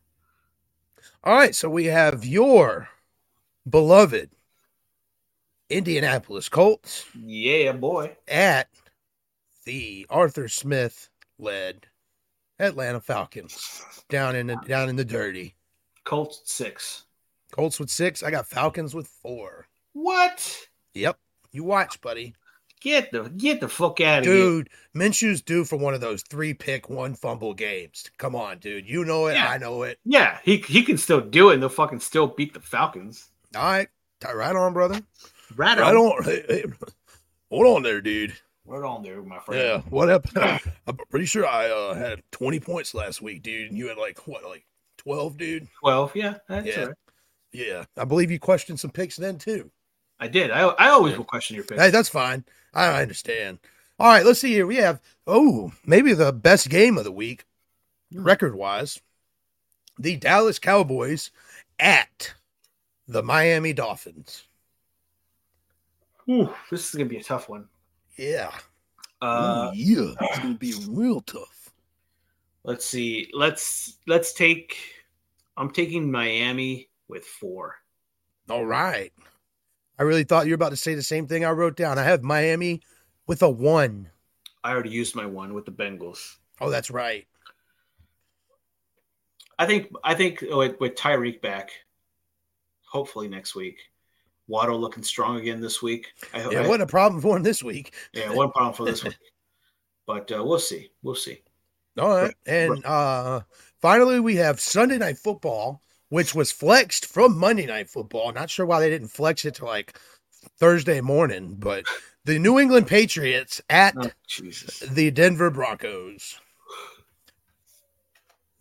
Speaker 2: All right, so we have your beloved Indianapolis Colts
Speaker 3: Yeah, boy.
Speaker 2: at the Arthur Smith led Atlanta Falcons down in the down in the dirty.
Speaker 3: Colts six.
Speaker 2: Colts with six. I got Falcons with four.
Speaker 3: What?
Speaker 2: Yep. You watch, buddy.
Speaker 3: Get the get the fuck out of here.
Speaker 2: Dude, Minshew's due for one of those three pick, one fumble games. Come on, dude. You know it.
Speaker 3: Yeah.
Speaker 2: I know it.
Speaker 3: Yeah, he he can still do it, and they'll fucking still beat the Falcons.
Speaker 2: All right. Right on, brother.
Speaker 3: Right on.
Speaker 2: Right on. Hey, hey, hold on there, dude.
Speaker 3: Right on there, my friend.
Speaker 2: Yeah. What up? (laughs) I'm pretty sure I uh, had 20 points last week, dude, and you had like what, like 12, dude?
Speaker 3: 12. Yeah. That's
Speaker 2: Yeah.
Speaker 3: all right.
Speaker 2: Yeah. I believe you questioned some picks then too.
Speaker 3: I did. I, I always will question your picks.
Speaker 2: Hey, that's fine. I I understand. All right, let's see here. We have oh, maybe the best game of the week, record wise. The Dallas Cowboys at the Miami Dolphins.
Speaker 3: Ooh, this is going to be a tough one.
Speaker 2: Yeah.
Speaker 3: Uh,
Speaker 2: Ooh, yeah. It's gonna be real tough.
Speaker 3: let's see. Let's let's take. I'm taking Miami with four.
Speaker 2: All right. I really thought you were about to say the same thing I wrote down. I have Miami with a one.
Speaker 3: I already used my one with the Bengals.
Speaker 2: Oh, that's right.
Speaker 3: I think I think with, with Tyreek back, hopefully next week. Waddle looking strong again this week. I,
Speaker 2: Yeah,
Speaker 3: I-
Speaker 2: what a problem for him this week.
Speaker 3: yeah, one problem for
Speaker 2: (laughs)
Speaker 3: this week, but uh, we'll see. We'll see.
Speaker 2: All right. And uh finally we have Sunday night football, which was flexed from Monday night football. Not sure why they didn't flex it to like Thursday morning, but the New England Patriots at
Speaker 3: Oh, Jesus.
Speaker 2: the Denver Broncos.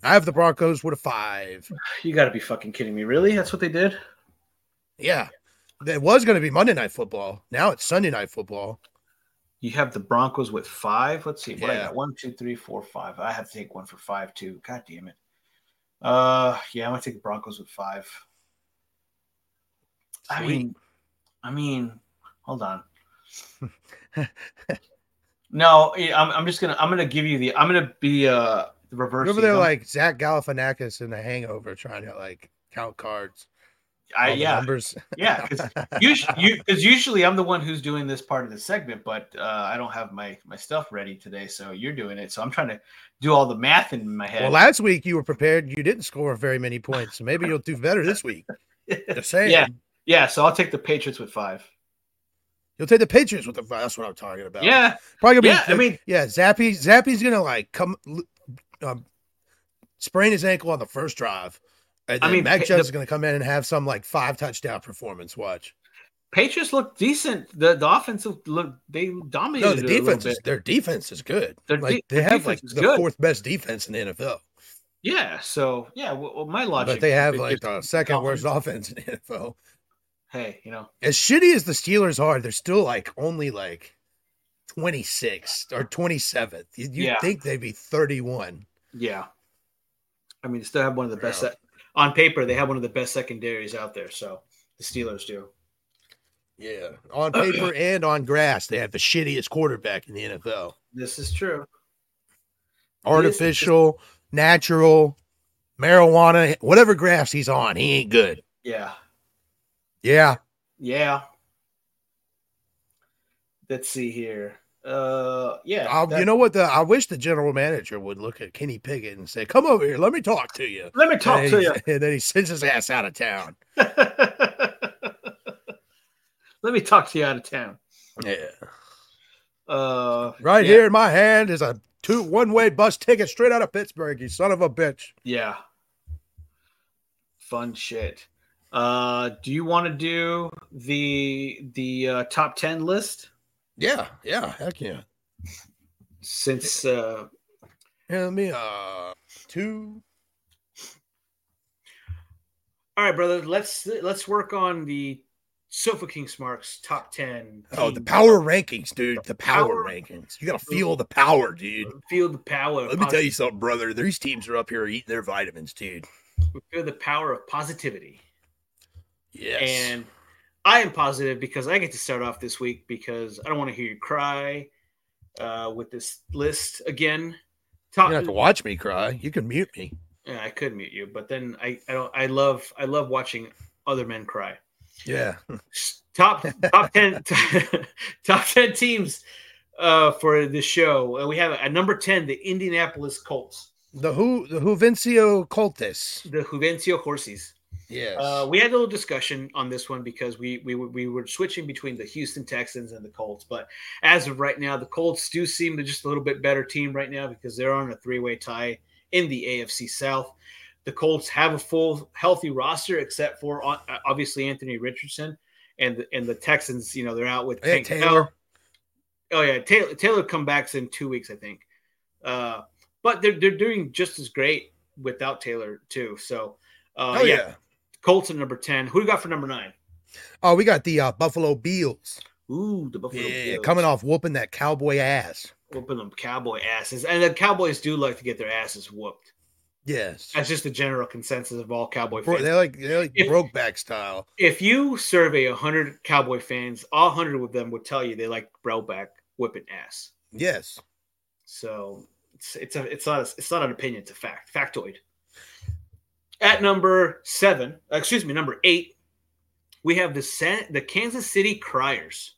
Speaker 2: I have the Broncos with a five.
Speaker 3: You got to be fucking kidding me. Really? That's what they did?
Speaker 2: Yeah. That was gonna be Monday night football. Now it's Sunday night football.
Speaker 3: You have the Broncos with five. Let's see. What I
Speaker 2: Yeah.
Speaker 3: got? One, two, three, four, five. I have to take one for five, too. God damn it. Uh, yeah, I'm going to take the Broncos with five. I
Speaker 2: Sweet.
Speaker 3: mean, I mean,
Speaker 2: (laughs)
Speaker 3: hold on. no, yeah, I'm, I'm just going to, I'm going to give you the, I'm going to be uh, the reverse.
Speaker 2: Remember they're
Speaker 3: season.
Speaker 2: like Zach Galifianakis in the hangover trying to like count cards.
Speaker 3: I,
Speaker 2: all the
Speaker 3: yeah, (laughs)
Speaker 2: Numbers. (laughs)
Speaker 3: yeah. 'cause usually, you, cause usually I'm the one who's doing this part of the segment, but uh, I don't have my, my stuff ready today. So you're doing it. So I'm trying to do all the math in my head.
Speaker 2: Well, last week you were prepared. You didn't score very many points. So maybe you'll do better this week. Just saying.
Speaker 3: Yeah. (laughs) Yeah, so I'll take the Patriots with five.
Speaker 2: You'll take the Patriots with the. That's what I'm talking about.
Speaker 3: Yeah,
Speaker 2: Probably gonna be.
Speaker 3: yeah. I mean,
Speaker 2: yeah. Zappy. Zappy's gonna like come, um, sprain his ankle on the first drive, and
Speaker 3: I
Speaker 2: then
Speaker 3: mean,
Speaker 2: Mac
Speaker 3: the-
Speaker 2: Jones is gonna come in and have some like five touchdown performance. Watch.
Speaker 3: Patriots look decent. The the offensive look they
Speaker 2: No,
Speaker 3: dominated.
Speaker 2: the
Speaker 3: it a little
Speaker 2: defense is
Speaker 3: bit.
Speaker 2: their defense is good.
Speaker 3: Their
Speaker 2: like
Speaker 3: de-
Speaker 2: they
Speaker 3: their
Speaker 2: have like
Speaker 3: defense is
Speaker 2: the
Speaker 3: good.
Speaker 2: fourth best defense in the NFL,
Speaker 3: Yeah, so yeah, well, well, my logic.
Speaker 2: but they have
Speaker 3: it
Speaker 2: like
Speaker 3: just-
Speaker 2: the second worst (laughs) offense in the NFL.
Speaker 3: hey, you know,
Speaker 2: as shitty as the Steelers are, they're still like only like 26th or 27th. You, you'd
Speaker 3: Yeah.
Speaker 2: think they'd be 31.
Speaker 3: yeah. I mean, they still have one of the best.
Speaker 2: Yeah.
Speaker 3: sec- on paper, they have one of the best secondaries out there. So the Steelers do.
Speaker 2: Yeah.
Speaker 3: (clears throat)
Speaker 2: On paper and on grass, they have the shittiest quarterback in the NFL.
Speaker 3: This is true.
Speaker 2: Artificial, natural, marijuana, whatever grass he's on, he ain't good.
Speaker 3: Yeah,
Speaker 2: Yeah.
Speaker 3: yeah. Let's see here. Uh, yeah.
Speaker 2: I,
Speaker 3: that-
Speaker 2: you know what? The I wish the general manager would look at Kenny Pickett and say, "Come over here, let me talk to you."
Speaker 3: let me talk
Speaker 2: and
Speaker 3: to
Speaker 2: he-
Speaker 3: (laughs) you.
Speaker 2: and then he sends his ass out of town.
Speaker 3: Let me talk to you out of town.
Speaker 2: Yeah.
Speaker 3: Uh,
Speaker 2: Right
Speaker 3: yeah,
Speaker 2: here in my hand is a two one way bus ticket straight out of Pittsburgh. You son of a bitch.
Speaker 3: Yeah. Fun shit. Uh, do you want to do the the uh, top ten list?
Speaker 2: Yeah, yeah, heck yeah.
Speaker 3: Since uh,
Speaker 2: Yeah, let me uh two.
Speaker 3: all right, brother, let's let's work on the Sofa King Smarks top ten.
Speaker 2: Oh, the
Speaker 3: teams.
Speaker 2: power rankings, dude. The power,
Speaker 3: Power.
Speaker 2: rankings. You gotta feel the power, dude.
Speaker 3: feel the power.
Speaker 2: Let me tell you something, brother. These teams are up here eating their vitamins, dude.
Speaker 3: you, feel the power of positivity.
Speaker 2: Yes.
Speaker 3: And I am positive because I get to start off this week because I don't want to hear you cry uh, with this list again.
Speaker 2: you
Speaker 3: Top,
Speaker 2: don't have to watch me cry. You can mute me.
Speaker 3: yeah, I could mute you, but then I, I don't. I love I love watching other men cry.
Speaker 2: Yeah.
Speaker 3: Top top ten (laughs) top ten teams uh, for the show. Uh, we have at number ten the Indianapolis Colts,
Speaker 2: The who the Juvencio cultists.
Speaker 3: the Juvencio Horses.
Speaker 2: Yes.
Speaker 3: Uh, we had a little discussion on this one because we, we were- we were switching between the Houston Texans and the Colts, but as of right now, the Colts do seem to just a little bit better team right now because they're on a three way tie in the AFC South. The Colts have a full healthy roster except for uh, obviously Anthony Richardson, and and the Texans, you know, they're out with
Speaker 2: Oh, Yeah,
Speaker 3: Tank
Speaker 2: Taylor.
Speaker 3: Dell. Oh yeah, Taylor Taylor comebacks in two weeks, I think. Uh, but they're they're doing just as great without Taylor too. So uh,
Speaker 2: oh
Speaker 3: yeah.
Speaker 2: yeah.
Speaker 3: Colts at number ten. Who do you got for number nine?
Speaker 2: Oh, we got the uh, Buffalo Bills.
Speaker 3: Ooh, the Buffalo
Speaker 2: Yeah,
Speaker 3: Bills.
Speaker 2: coming off whooping that cowboy ass.
Speaker 3: whooping them cowboy asses, and the Cowboys do like to get their asses whooped.
Speaker 2: Yes.
Speaker 3: That's just the general consensus of all cowboy
Speaker 2: Bro,
Speaker 3: fans.
Speaker 2: they're like they're
Speaker 3: (laughs)
Speaker 2: like
Speaker 3: If-
Speaker 2: broke back style.
Speaker 3: if you survey 100 cowboy fans all 100 of them would tell you they like browback whipping ass
Speaker 2: Yes.
Speaker 3: so it's it's a it's not a, it's not an opinion it's a fact factoid at number seven uh, excuse me number eight we have the San, the kansas city criers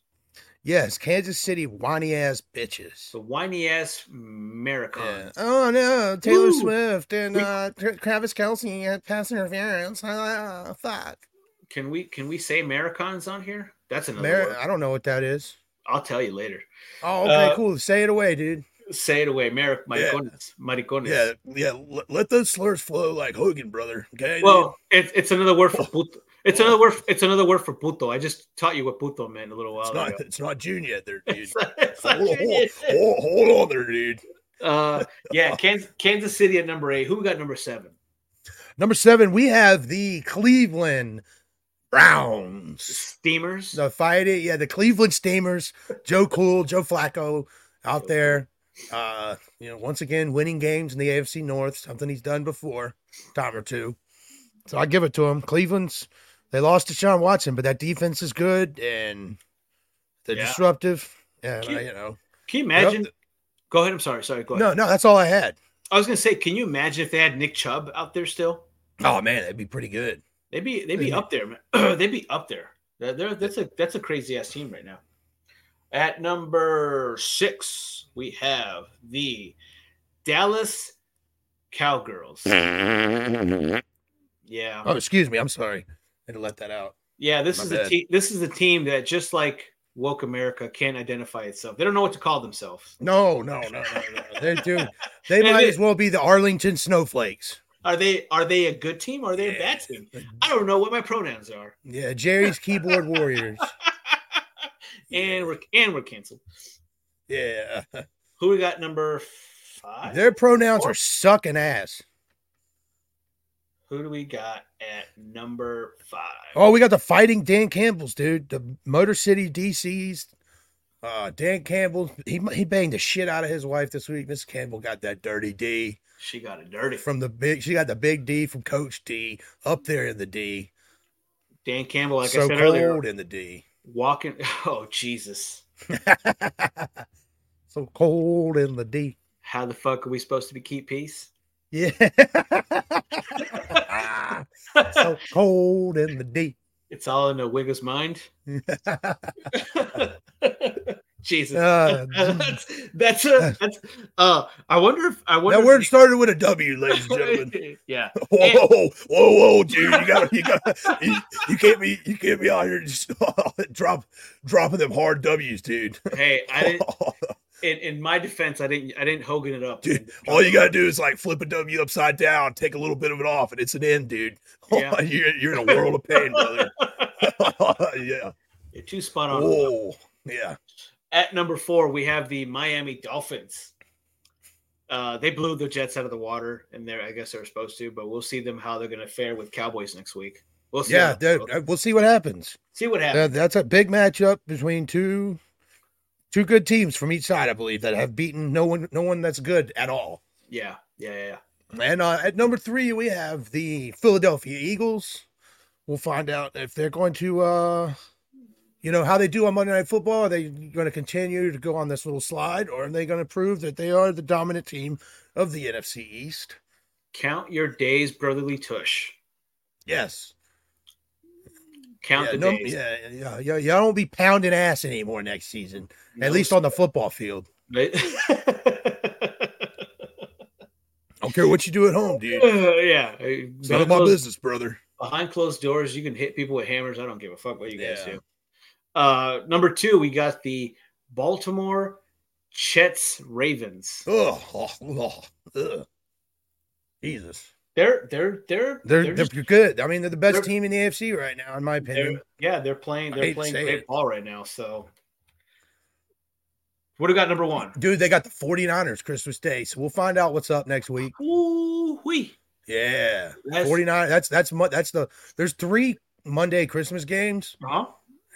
Speaker 2: Yes. Kansas City whiny ass bitches.
Speaker 3: the whiny ass Americans.
Speaker 2: Yeah. Oh no, Taylor
Speaker 3: Woo!
Speaker 2: Swift and
Speaker 3: We-
Speaker 2: uh, Tra- Travis Kelsey had pass interference. Uh, fuck.
Speaker 3: can we can we say Americans on here that's another
Speaker 2: Mar-
Speaker 3: word.
Speaker 2: I don't know what that is.
Speaker 3: i'll tell you later
Speaker 2: Oh, okay,
Speaker 3: Uh,
Speaker 2: cool. Say it away, dude.
Speaker 3: say it away Mar-
Speaker 2: Yeah.
Speaker 3: maricones maricones
Speaker 2: yeah. Let, let those slurs flow like Hogan, brother. Okay.
Speaker 3: Well, it's it's another word for puto. It's another word. It's another word for puto. I just taught you what puto meant a little
Speaker 2: (laughs)
Speaker 3: while ago.
Speaker 2: it's not June yet, (laughs) there,
Speaker 3: It's not- it's not
Speaker 2: Hold-
Speaker 3: Junior.
Speaker 2: hold, hold on there, dude.
Speaker 3: Uh, yeah, Kansas, Kansas City at number eight. Who we got number seven?
Speaker 2: Number seven, we have the Cleveland Browns.
Speaker 3: Steamers.
Speaker 2: The fight it, yeah, the Cleveland Steamers, Joe Cool, Joe Flacco out there. Uh, you know, once again winning games in the AFC North, something he's done before, time or two. So I give it to him. Cleveland's they lost to Sean Watson, but that defense is good and they're
Speaker 3: Yeah.
Speaker 2: disruptive. And
Speaker 3: Cute.
Speaker 2: I, you know,
Speaker 3: Can you imagine? Go ahead. I'm sorry. Sorry. Go ahead.
Speaker 2: no, no, that's all I had.
Speaker 3: I was gonna say, can you imagine if they had Nick Chubb out there still?
Speaker 2: Oh man, that'd be pretty good.
Speaker 3: They'd be they'd be
Speaker 2: Yeah.
Speaker 3: up there. Man. (clears throat) they'd be up there. They're, they're- that's a that's a crazy ass team right now. At number six, we have the Dallas Cowgirls.
Speaker 1: Hmm.
Speaker 3: Yeah,
Speaker 2: Oh, excuse me, I'm sorry. I had to let that out.
Speaker 3: yeah. This
Speaker 2: my
Speaker 3: is
Speaker 2: bad.
Speaker 3: a te- this is a team that just like woke America can't identify itself. They don't know what to call themselves.
Speaker 2: No, no, no, no, no. They (laughs) do. They
Speaker 3: And
Speaker 2: might
Speaker 3: it-
Speaker 2: as well be the Arlington Snowflakes.
Speaker 3: Are they are they a good team? Are they a bad team? I don't know what my pronouns are.
Speaker 2: Yeah, Jerry's Keyboard Warriors.
Speaker 3: And we're and we're canceled.
Speaker 2: Yeah,
Speaker 3: Who we got number five?
Speaker 2: their pronouns are sucking ass.
Speaker 3: Who do we got at number five?
Speaker 2: Oh, we got the fighting Dan Campbell's dude. The Motor City DC's. Uh, Dan Campbell, he he banged the shit out of his wife this week. Miss Campbell got that dirty D
Speaker 3: She got a dirty.
Speaker 2: from the big. She got the big D from Coach D up there in the D.
Speaker 3: Dan Campbell, like
Speaker 2: so
Speaker 3: I said
Speaker 2: cold
Speaker 3: earlier,
Speaker 2: in the D.
Speaker 3: walking. (laughs) Oh Jesus,
Speaker 2: (laughs) so cold in the D.
Speaker 3: how the fuck are we supposed to be keep peace?
Speaker 2: Yeah. (laughs) so cold in the deep.
Speaker 3: (laughs)
Speaker 2: (laughs)
Speaker 3: It's all in the Wiggles mind. (laughs) Jesus,
Speaker 2: Uh,
Speaker 3: (laughs) that's
Speaker 2: (laughs)
Speaker 3: that's a that's. Uh, I wonder if I wonder.
Speaker 2: that word started with a W, ladies and (laughs)
Speaker 3: (laughs)
Speaker 2: gentlemen.
Speaker 3: if, yeah,
Speaker 2: Whoa, whoa, whoa, whoa, whoa, dude! You got, you got, you, you can't be, you can't be out here just (laughs) drop, dropping them hard W's, dude. (laughs)
Speaker 3: hey, I didn't. In, in my defense, I didn't. I didn't Hogan it up.
Speaker 2: dude, all you gotta do is like flip a W upside down, take a little bit of it off, and it's an end, dude. (laughs)
Speaker 3: Yeah.
Speaker 2: you're, you're in a world of pain, brother. (laughs) yeah.
Speaker 3: You're too spot on.
Speaker 2: Oh, yeah.
Speaker 3: At number four, we have the Miami Dolphins. Uh, they blew the Jets out of the water, and they're I guess they were supposed to, but we'll see them how they're going to fare with Cowboys next week. We'll see.
Speaker 2: Yeah,
Speaker 3: how-
Speaker 2: that- uh, we'll see what happens.
Speaker 3: see what happens.
Speaker 2: Uh, that's a big matchup between two two good teams from each side, I believe, that have beaten no one no one that's good at all.
Speaker 3: yeah, yeah, yeah, yeah.
Speaker 2: And uh, at number three, we have the Philadelphia Eagles. We'll find out if they're going to, uh, you know, how they do on Monday Night Football. Are they going to continue to go on this little slide, or are they going to prove that they are the dominant team of the NFC East?
Speaker 3: Count your days, brotherly tush.
Speaker 2: Yes.
Speaker 3: Count
Speaker 2: yeah,
Speaker 3: the
Speaker 2: no-
Speaker 3: days.
Speaker 2: yeah, yeah, yeah. Y'all don't be pounding ass anymore next season,
Speaker 3: No,
Speaker 2: at
Speaker 3: (laughs)
Speaker 2: least on the football field. I don't care what you do at home, dude.
Speaker 3: yeah.
Speaker 2: It's none
Speaker 3: behind,
Speaker 2: of my
Speaker 3: closed,
Speaker 2: business, brother.
Speaker 3: behind closed doors, you can hit people with hammers. I don't give a fuck what you guys
Speaker 2: Yeah.
Speaker 3: do. Uh, number two, we got the Baltimore Jets Ravens.
Speaker 2: Ugh, ugh, ugh, ugh. Jesus.
Speaker 3: They're they're they're
Speaker 2: They're they're,
Speaker 3: they're just-
Speaker 2: good. I mean, they're the best
Speaker 3: they're-
Speaker 2: team in the AFC right now, in my opinion.
Speaker 3: they're- yeah they're playing
Speaker 2: I
Speaker 3: they're
Speaker 2: hate to
Speaker 3: playing
Speaker 2: say
Speaker 3: great
Speaker 2: it.
Speaker 3: ball right now. So what do we got number one?
Speaker 2: Dude, they got the 49ers Christmas Day, so we'll find out what's up next week.
Speaker 3: Ooh wee.
Speaker 2: Yeah,
Speaker 3: That's-
Speaker 2: 49. That's that's mu- that's the there's three Monday Christmas games,
Speaker 3: Huh?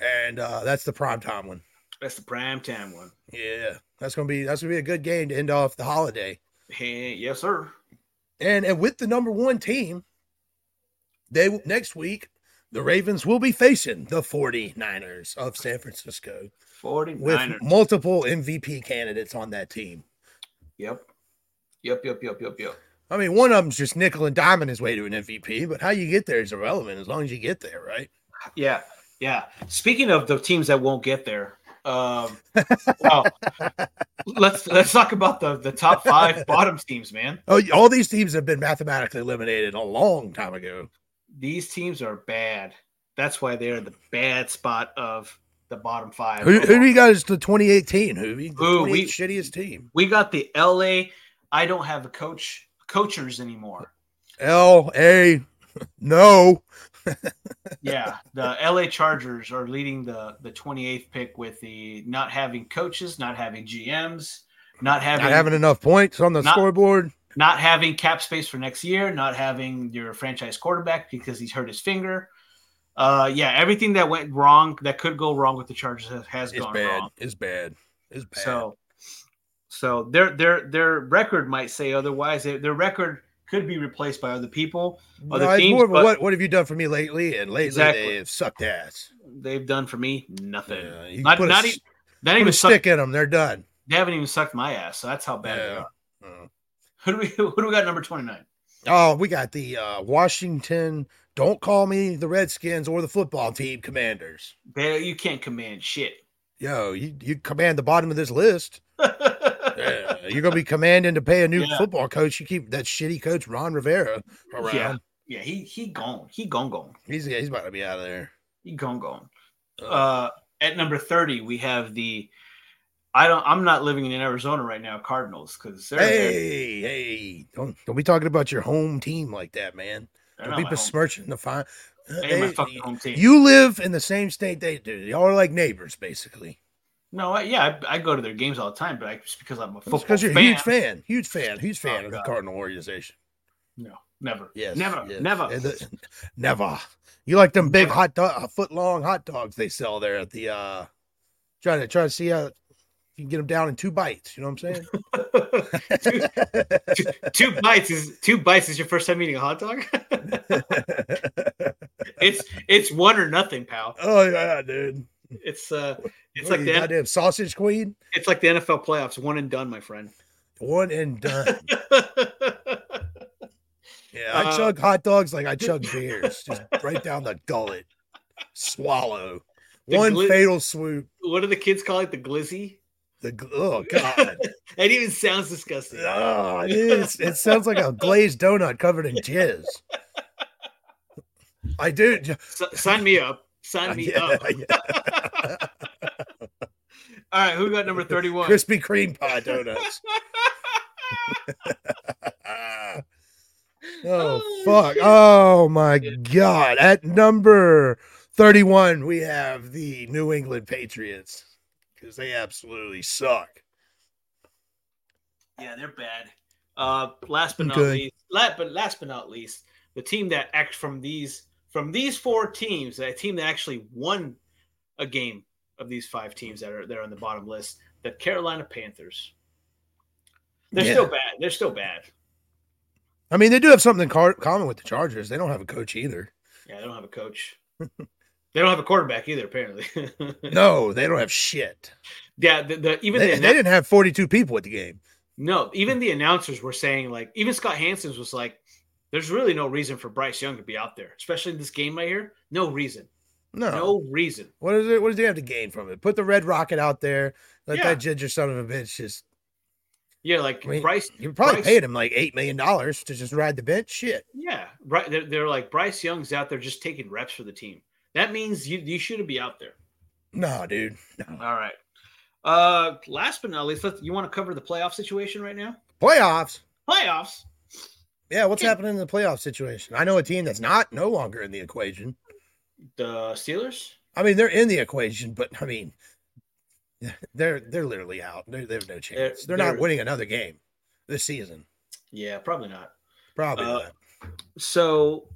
Speaker 2: and uh that's the prime time one.
Speaker 3: That's the prime time one.
Speaker 2: Yeah, that's gonna be that's gonna be a good game to end off the holiday.
Speaker 3: Hey, yes, sir.
Speaker 2: And and with the number one team, they next week the Ravens will be facing the 49ers of San Francisco with
Speaker 3: 49ers.
Speaker 2: multiple MVP candidates on that team.
Speaker 3: Yep. Yep, yep, yep, yep, yep.
Speaker 2: I mean, one of them's just nickel and diamond his way to an MVP, but how you get there is irrelevant as long as you get there, right?
Speaker 3: Yeah, yeah. Speaking of the teams that won't get there, um, well,
Speaker 2: (laughs)
Speaker 3: let's let's talk about the the top five
Speaker 2: (laughs)
Speaker 3: bottom teams, man.
Speaker 2: Oh, y- all these teams have been mathematically eliminated a long time ago.
Speaker 3: These teams are bad. That's why they're in the bad spot of the bottom five.
Speaker 2: Who, who do you got as the 2018, Hoovy? The
Speaker 3: Ooh,
Speaker 2: 28th
Speaker 3: we-
Speaker 2: shittiest team.
Speaker 3: we got the LA. I don't have a coach coachers anymore.
Speaker 2: L A (laughs) no.
Speaker 3: yeah, the LA Chargers are leading the the 28th pick with the not having coaches, not having GMs, not having
Speaker 2: Not having enough points on the
Speaker 3: Not-
Speaker 2: scoreboard.
Speaker 3: not having cap space for next year, not having your franchise quarterback because he's hurt his finger. Uh, yeah, everything that went wrong that could go wrong with the Chargers has, has
Speaker 2: It's
Speaker 3: gone
Speaker 2: bad.
Speaker 3: wrong.
Speaker 2: It's bad. It's bad.
Speaker 3: So, so their their their record might say otherwise. Their, their record could be replaced by other people.
Speaker 2: no,
Speaker 3: other
Speaker 2: it's
Speaker 3: teams,
Speaker 2: more of a,
Speaker 3: but-
Speaker 2: what, what have you done for me lately? And lately
Speaker 3: Exactly.
Speaker 2: they've sucked ass.
Speaker 3: They've done for me nothing.
Speaker 2: Yeah, you
Speaker 3: not
Speaker 2: put a,
Speaker 3: not,
Speaker 2: s-
Speaker 3: even, not
Speaker 2: put
Speaker 3: even
Speaker 2: a
Speaker 3: sucked,
Speaker 2: stick in them. They're done.
Speaker 3: they haven't even sucked my ass. So that's how bad. They
Speaker 2: Yeah.
Speaker 3: are.
Speaker 2: Mm.
Speaker 3: Who do we (laughs) who do we got number twenty nine?
Speaker 2: Oh, we got the uh, Washington. Don't call me the Redskins or the football team commanders.
Speaker 3: They you can't command shit. (laughs)
Speaker 2: Yo, you, you command the bottom of this list. Yeah, you're
Speaker 3: (laughs)
Speaker 2: gonna be commanding to pay a new
Speaker 3: Yeah.
Speaker 2: football coach. You keep that shitty coach Ron Rivera around.
Speaker 3: Yeah, yeah, he he gone, he gone gone,
Speaker 2: He's he's about to be out of there.
Speaker 3: he gone gone. Uh, at number thirty, we have the I don't I'm not living in Arizona right now, Cardinals, because they're, they're,
Speaker 2: hey, hey, don't don't be talking about your home team like that, man.
Speaker 3: they're
Speaker 2: Don't
Speaker 3: not
Speaker 2: be
Speaker 3: my home,
Speaker 2: besmirching the fine.
Speaker 3: oh. they ain't my
Speaker 2: They-
Speaker 3: fucking home team.
Speaker 2: you live in the same state they do. Y'all are like neighbors, basically.
Speaker 3: no, I, yeah, I, I go to their games all the time, but I, it's because I'm a football
Speaker 2: Because you're a
Speaker 3: fan.
Speaker 2: huge fan, huge fan, huge fan of the
Speaker 3: God.
Speaker 2: Cardinal organization.
Speaker 3: No, never,
Speaker 2: Yes.
Speaker 3: never,
Speaker 2: yes.
Speaker 3: never.
Speaker 2: And the- never. You like them big
Speaker 3: Never.
Speaker 2: hot dog, uh, foot long hot dogs they sell there at the uh trying to try to see how you can get them down in two bites, you know what I'm saying?
Speaker 3: (laughs) two, (laughs) two- two bites is two bites is your first time eating a hot dog. (laughs) it's it's one or nothing, pal.
Speaker 2: oh yeah, dude.
Speaker 3: It's uh, it's
Speaker 2: What are
Speaker 3: like
Speaker 2: you,
Speaker 3: the
Speaker 2: goddamn sausage queen.
Speaker 3: it's like the NFL playoffs, one and done, my friend.
Speaker 2: One uh, and
Speaker 3: (laughs)
Speaker 2: done. Yeah, I
Speaker 3: Uh,
Speaker 2: chug hot dogs like I
Speaker 3: (laughs)
Speaker 2: chug beers, just right down the gullet. Swallow.
Speaker 3: The
Speaker 2: One
Speaker 3: glit-
Speaker 2: fatal swoop.
Speaker 3: (laughs) what do the kids call it? The glizzy?
Speaker 2: The gl-
Speaker 3: (laughs)
Speaker 2: oh god.
Speaker 3: It even sounds disgusting.
Speaker 2: Oh, it is. It sounds like a glazed donut covered in jizz. I do.
Speaker 3: S- sign me up. Sign me
Speaker 2: (laughs) Yeah,
Speaker 3: up.
Speaker 2: yeah.
Speaker 3: All right, who
Speaker 2: (laughs)
Speaker 3: got number 31?
Speaker 2: Krispy Kreme pie
Speaker 3: (laughs)
Speaker 2: donuts. (laughs) oh,
Speaker 3: Oh,
Speaker 2: fuck.
Speaker 3: shit.
Speaker 2: Oh, my
Speaker 3: Yeah.
Speaker 2: God. At number 31, we have the New England Patriots because they absolutely suck.
Speaker 3: Yeah, they're bad. Uh, last but not
Speaker 2: Okay.
Speaker 3: least, last but last but not least, the team that act from these from these four teams, that team that actually won a game of these five teams that are there on the bottom list, the Carolina Panthers. They're
Speaker 2: Yeah.
Speaker 3: still bad. They're still bad.
Speaker 2: I mean, they do have something in car- common with the Chargers. They don't have a coach either.
Speaker 3: Yeah, they don't have a coach. they don't have a quarterback either, apparently. (laughs)
Speaker 2: No, they don't have shit.
Speaker 3: yeah, the, the even
Speaker 2: They,
Speaker 3: the
Speaker 2: they
Speaker 3: annou-
Speaker 2: didn't have 42 people at the game.
Speaker 3: no, even the announcers were saying like, even Scott Hansen's was like, "There's really no reason for Bryce Young to be out there, especially in this game right here. No reason,
Speaker 2: No.
Speaker 3: no reason."
Speaker 2: What is it? What does he have to gain from it? Put the red rocket out there. Let
Speaker 3: Yeah.
Speaker 2: that ginger son of a bitch just.
Speaker 3: Yeah, like
Speaker 2: I mean,
Speaker 3: Bryce.
Speaker 2: You probably
Speaker 3: Bryce-
Speaker 2: paid him like eight million dollars to just ride the bench. Shit.
Speaker 3: Yeah, right. They're, they're like Bryce Young's out there just taking reps for the team. That means you you shouldn't be out there.
Speaker 2: No, dude. No.
Speaker 3: All right. Uh, last but not least, let's, you want to cover the playoff situation right now?
Speaker 2: Playoffs.
Speaker 3: Playoffs.
Speaker 2: Yeah, what's happening in the playoff situation? I know a team that's not no longer in the equation.
Speaker 3: The Steelers?
Speaker 2: I mean, they're in the equation, but I mean, they're they're literally out. They're, they have no chance. They're,
Speaker 3: They're-
Speaker 2: not
Speaker 3: they're-
Speaker 2: winning another game this season.
Speaker 3: Yeah, probably not.
Speaker 2: Probably
Speaker 3: Uh,
Speaker 2: not.
Speaker 3: So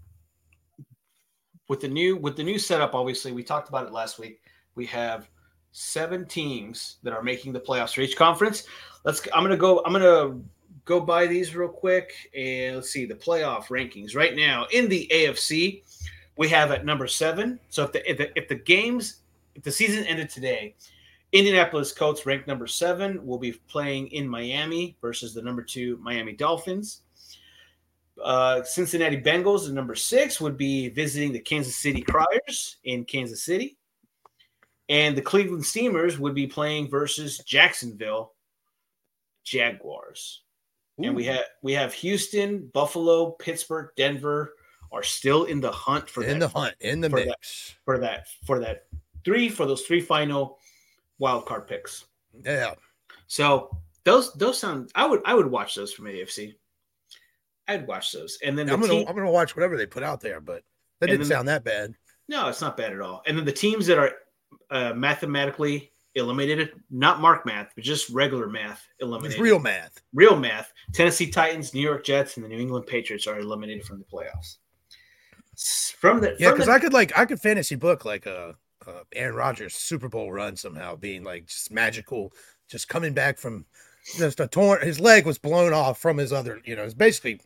Speaker 3: with the new with the new setup, obviously we talked about it last week. We have seven teams that are making the playoffs for each conference. Let's. I'm gonna go. I'm gonna go by these real quick and let's see the playoff rankings right now in the AFC. We have at number seven. So if the if the, if the games if the season ended today. Indianapolis Colts ranked number seven will be playing in Miami versus the number two Miami Dolphins. Uh, Cincinnati Bengals at number six would be visiting the Kansas City Criers in Kansas City. And the Cleveland Steamers would be playing versus Jacksonville Jaguars. And we have we have Houston, Buffalo, Pittsburgh, Denver are still in the hunt for
Speaker 2: in
Speaker 3: that
Speaker 2: the hunt, in the
Speaker 3: for that-
Speaker 2: mix.
Speaker 3: for that for that three for those three final wild card picks.
Speaker 2: Yeah,
Speaker 3: So those those sound I would I would watch those from AFC. I'd watch those, and then the
Speaker 2: I'm gonna
Speaker 3: team,
Speaker 2: I'm gonna watch whatever they put out there, but that
Speaker 3: And
Speaker 2: didn't
Speaker 3: then-
Speaker 2: sound that bad.
Speaker 3: no, it's not bad at all. And then the teams that are uh, mathematically eliminated, not mark math, but just regular math
Speaker 2: It's
Speaker 3: eliminated,
Speaker 2: real math.
Speaker 3: real math. Tennessee Titans, New York Jets, and the New England Patriots are eliminated from the playoffs. S- From the
Speaker 2: Yeah,
Speaker 3: from
Speaker 2: because
Speaker 3: the-
Speaker 2: I could like I could fantasy book like a, a Aaron Rodgers Super Bowl run somehow being like just magical, just coming back from just a torn. His leg was blown off from his other, you know, it's basically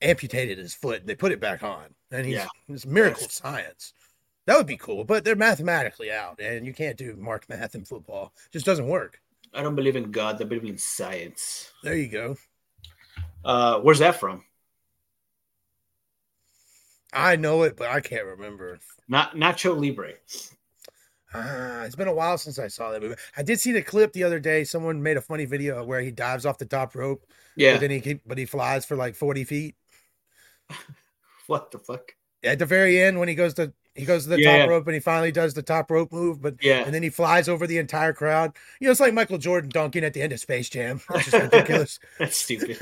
Speaker 2: amputated his foot. and They put it back on, and he's
Speaker 3: Yeah.
Speaker 2: it's miracle science. That would be cool, but they're mathematically out, and you can't do mark math in football. just doesn't work.
Speaker 3: I don't believe in God. I believe in science.
Speaker 2: There you go.
Speaker 3: Uh, where's that from?
Speaker 2: I know it, but I can't remember.
Speaker 3: Not Nacho Libre.
Speaker 2: Ah, it's been a while since I saw that movie. I did see the clip the other day. Someone made a funny video where he dives off the top rope,
Speaker 3: Yeah.
Speaker 2: but then he keep, but he flies for like forty feet.
Speaker 3: What the fuck?
Speaker 2: At the very end, when he goes to he goes to the
Speaker 3: Yeah.
Speaker 2: top rope and he finally does the top rope move, but
Speaker 3: Yeah.
Speaker 2: and then he flies over the entire crowd. You know, it's like Michael Jordan dunking at the end of Space Jam. (laughs) It's just
Speaker 3: (laughs)
Speaker 2: ridiculous.
Speaker 3: That's stupid.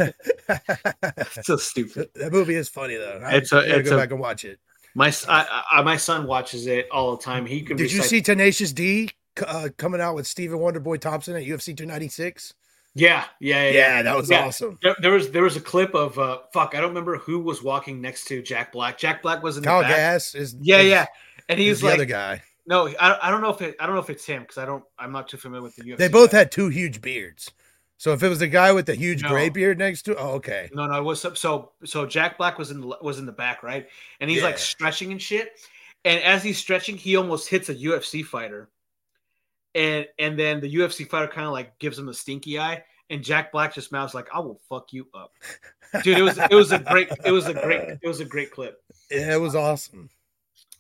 Speaker 2: that
Speaker 3: so stupid.
Speaker 2: movie is funny though. I
Speaker 3: It's a-
Speaker 2: gotta
Speaker 3: it's
Speaker 2: go
Speaker 3: a-
Speaker 2: back and watch it.
Speaker 3: My s- I- I- my son watches it all the time. He can.
Speaker 2: Did you
Speaker 3: recite-
Speaker 2: see Tenacious D uh, coming out with Stephen Wonderboy Thompson at UFC 296?
Speaker 3: Yeah, yeah, yeah. yeah.
Speaker 2: Yeah, that was
Speaker 3: Yeah.
Speaker 2: awesome.
Speaker 3: There, there was there was a clip of uh fuck. I don't remember who was walking next to Jack Black. Jack Black was in the
Speaker 2: Kyle
Speaker 3: back.
Speaker 2: Gas is
Speaker 3: Yeah,
Speaker 2: Oh, is-
Speaker 3: yeah. And he
Speaker 2: is
Speaker 3: was
Speaker 2: the other
Speaker 3: like,
Speaker 2: guy.
Speaker 3: no, I, I don't know if it, I don't know if it's him because I don't I'm not too familiar with the UFC.
Speaker 2: They both
Speaker 3: guy.
Speaker 2: had two huge beards. So if it was the guy with the huge
Speaker 3: No.
Speaker 2: gray beard next to, oh okay,
Speaker 3: No, no, it was so- so so Jack Black was in the was in the back, right? And he's
Speaker 2: Yeah.
Speaker 3: like stretching and shit. And as he's stretching, he almost hits a UFC fighter. And and then the UFC fighter kind of like gives him a stinky eye, and Jack Black just mouths like, "I will fuck you up, dude." It was it was a great it was a great it was a great clip.
Speaker 2: yeah, it was awesome.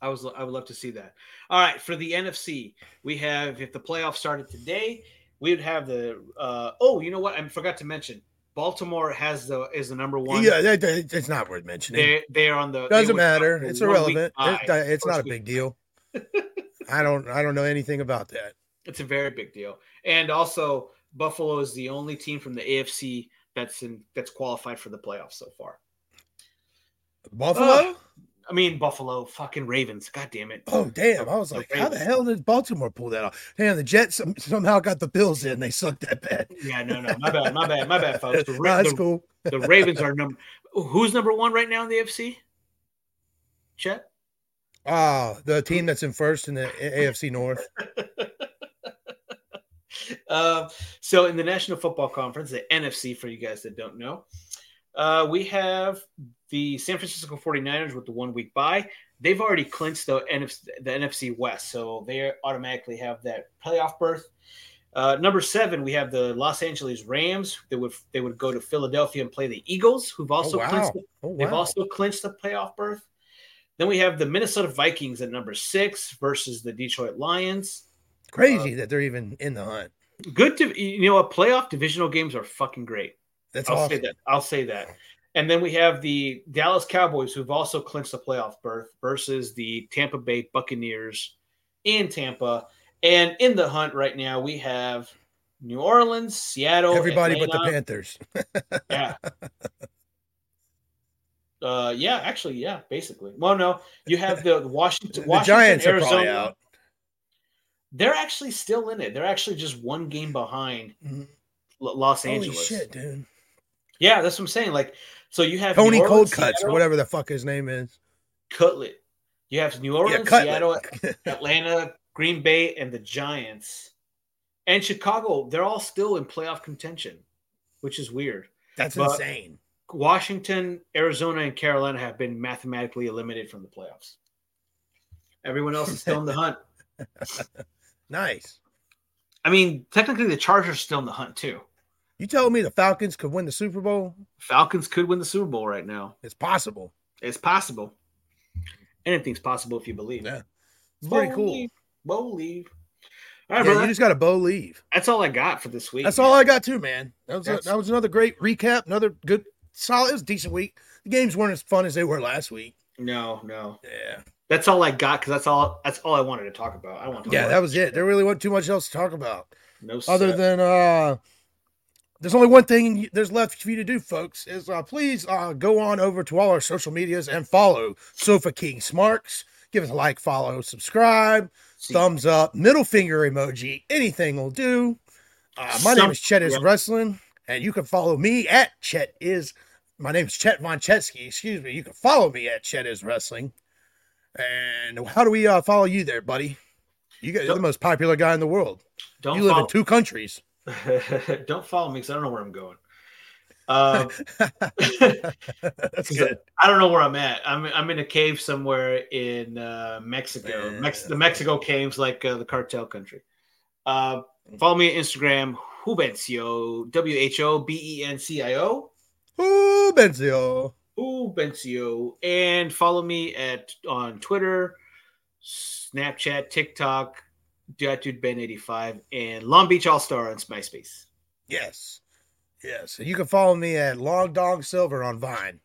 Speaker 3: I was I would love to see that. All right, for the NFC, we have if the playoffs started today, we would have the uh, oh, you know what? I forgot to mention. Baltimore has the is the number one.
Speaker 2: Yeah, that, that- it's not worth mentioning.
Speaker 3: They they are on the they
Speaker 2: Doesn't
Speaker 3: went
Speaker 2: matter.
Speaker 3: on the
Speaker 2: It's
Speaker 3: one week
Speaker 2: irrelevant.
Speaker 3: bye.
Speaker 2: It- it's not a
Speaker 3: First week.
Speaker 2: big deal. I don't. I don't know anything about that.
Speaker 3: It's a very big deal. And also, Buffalo is the only team from the AFC that's in that's qualified for the playoffs so far.
Speaker 2: Buffalo.
Speaker 3: Oh. I mean, Buffalo, fucking Ravens. God damn it.
Speaker 2: oh damn! I was
Speaker 3: The
Speaker 2: like, how the
Speaker 3: Ravens.
Speaker 2: hell did Baltimore pull that off? Damn, the Jets some- somehow got the Bills in. They sucked that bad.
Speaker 3: Yeah, no, no, my bad, my bad, my
Speaker 2: (laughs)
Speaker 3: bad, folks. The,
Speaker 2: No,
Speaker 3: Ra-
Speaker 2: that's
Speaker 3: the,
Speaker 2: cool.
Speaker 3: the Ravens are number. Who's number one right now in the AFC? Chet.
Speaker 2: Ah, the team that's in first in the A- AFC North.
Speaker 3: Um, so in the National Football Conference, the NFC, for you guys that don't know, uh, we have the San Francisco 49ers with the one week bye. They've already clinched the NFC, the NFC West, so they automatically have that playoff berth. Uh, number seven, we have the Los Angeles Rams. They would they would go to Philadelphia and play the Eagles, who've also
Speaker 2: wow.
Speaker 3: clinched
Speaker 2: Oh, wow.
Speaker 3: They've also clinched the playoff berth. Then we have the Minnesota Vikings at number six versus the Detroit Lions. Uh,
Speaker 2: Crazy that they're even in the hunt.
Speaker 3: Good to you know what playoff divisional games are fucking great.
Speaker 2: That's
Speaker 3: I'll
Speaker 2: awesome.
Speaker 3: say that. I'll say that. And then we have the Dallas Cowboys who've also clinched the playoff berth versus the Tampa Bay Buccaneers in Tampa. And in the hunt right now we have New Orleans, Seattle,
Speaker 2: Everybody but the (laughs)
Speaker 3: Atlanta.
Speaker 2: Panthers.
Speaker 3: Yeah. Uh, yeah, actually, yeah, basically. Well, no, you have
Speaker 2: (laughs)
Speaker 3: the Washington,
Speaker 2: The
Speaker 3: Washington
Speaker 2: Giants are probably
Speaker 3: Arizona.
Speaker 2: out.
Speaker 3: They're actually still in it. They're actually just one game behind
Speaker 2: Mhm.
Speaker 3: L- Los
Speaker 2: Holy
Speaker 3: Angeles.
Speaker 2: shit, dude!
Speaker 3: Yeah, that's what I'm saying. Like, so you have
Speaker 2: Tony
Speaker 3: New Orleans,
Speaker 2: Coldcuts or
Speaker 3: Seattle,
Speaker 2: whatever the fuck his name is.
Speaker 3: Cutlet. You have New
Speaker 2: Yeah,
Speaker 3: Orleans, Seattle,
Speaker 2: Cutlet. (laughs)
Speaker 3: Atlanta, Green Bay, and the Giants, and Chicago. They're all still in playoff contention, which is weird.
Speaker 2: That's
Speaker 3: But-
Speaker 2: insane.
Speaker 3: Washington, Arizona, and Carolina have been mathematically eliminated from the playoffs. Everyone else is still in the hunt.
Speaker 2: Nice.
Speaker 3: I mean, technically, the Chargers are still in the hunt too.
Speaker 2: You told me the Falcons could win the Super Bowl.
Speaker 3: Falcons could win the Super Bowl right now.
Speaker 2: It's possible.
Speaker 3: It's possible. Anything's possible if you believe.
Speaker 2: Yeah. It's pretty cool.
Speaker 3: Believe. Believe. All right,
Speaker 2: Yeah,
Speaker 3: brother.
Speaker 2: you just got to bow leave.
Speaker 3: That's all I got for this week.
Speaker 2: That's all I got too, man. That was a-
Speaker 3: That's-
Speaker 2: that was another great recap. Another good, solid. It was a decent week. The games weren't as fun as they were last week.
Speaker 3: No, no.
Speaker 2: Yeah,
Speaker 3: That's all I got because that's all. That's all I wanted to talk about. I don't want to. Talk
Speaker 2: yeah,
Speaker 3: about
Speaker 2: that was it. There really wasn't too much else to talk about.
Speaker 3: no
Speaker 2: other
Speaker 3: set.
Speaker 2: than uh there's only one thing you- there's left for you to do folks is uh, please uh, go on over to all our social medias and follow sofa king smarks give us a like follow subscribe
Speaker 3: See,
Speaker 2: thumbs up middle finger emoji anything will do uh, my name
Speaker 3: Some-
Speaker 2: is chet is
Speaker 3: yeah.
Speaker 2: wrestling and you can follow me at chet is my name is chet von chetsky excuse me you can follow me at chet is wrestling and how do we uh, follow you there buddy you got you're the most popular guy in the world
Speaker 3: don't
Speaker 2: you live
Speaker 3: follow.
Speaker 2: in two countries
Speaker 3: don't follow (laughs) me because I don't know where I'm going. Uh,
Speaker 2: That's
Speaker 3: Is it- I don't know where I'm at. I'm I'm in a cave somewhere in uh, Mexico. Mex- the Mexico caves, like uh, the cartel country. Uh, follow me on Instagram, Hubencio, W H O B E N C I O,
Speaker 2: Ooh, Benzio.
Speaker 3: Hubencio, and follow me at on Twitter, Snapchat, TikTok, Dude Ben eighty five, and Long Beach All Star on MySpace.
Speaker 2: Yes. Yes. And you can follow me at Long Dog Silver on Vine.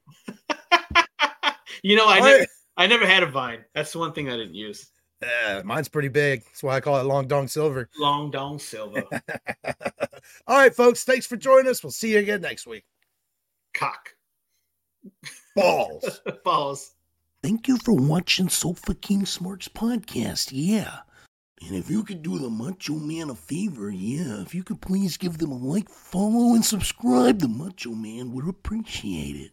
Speaker 3: you know, I
Speaker 2: All
Speaker 3: never,
Speaker 2: right.
Speaker 3: I never had a Vine. That's the one thing I didn't use.
Speaker 2: Yeah, mine's pretty big. That's why I call it Long Dong Silver. (laughs)
Speaker 3: Long Dong Silva.
Speaker 2: All right, folks. Thanks for joining us. We'll see you again next week.
Speaker 3: cock
Speaker 2: Balls.
Speaker 3: balls.
Speaker 1: (laughs) Thank you for watching Sofa King Smarts podcast. Yeah. And if you could do the Macho Man a favor, yeah, if you could please give them a like, follow, and subscribe, the Macho Man would appreciate it.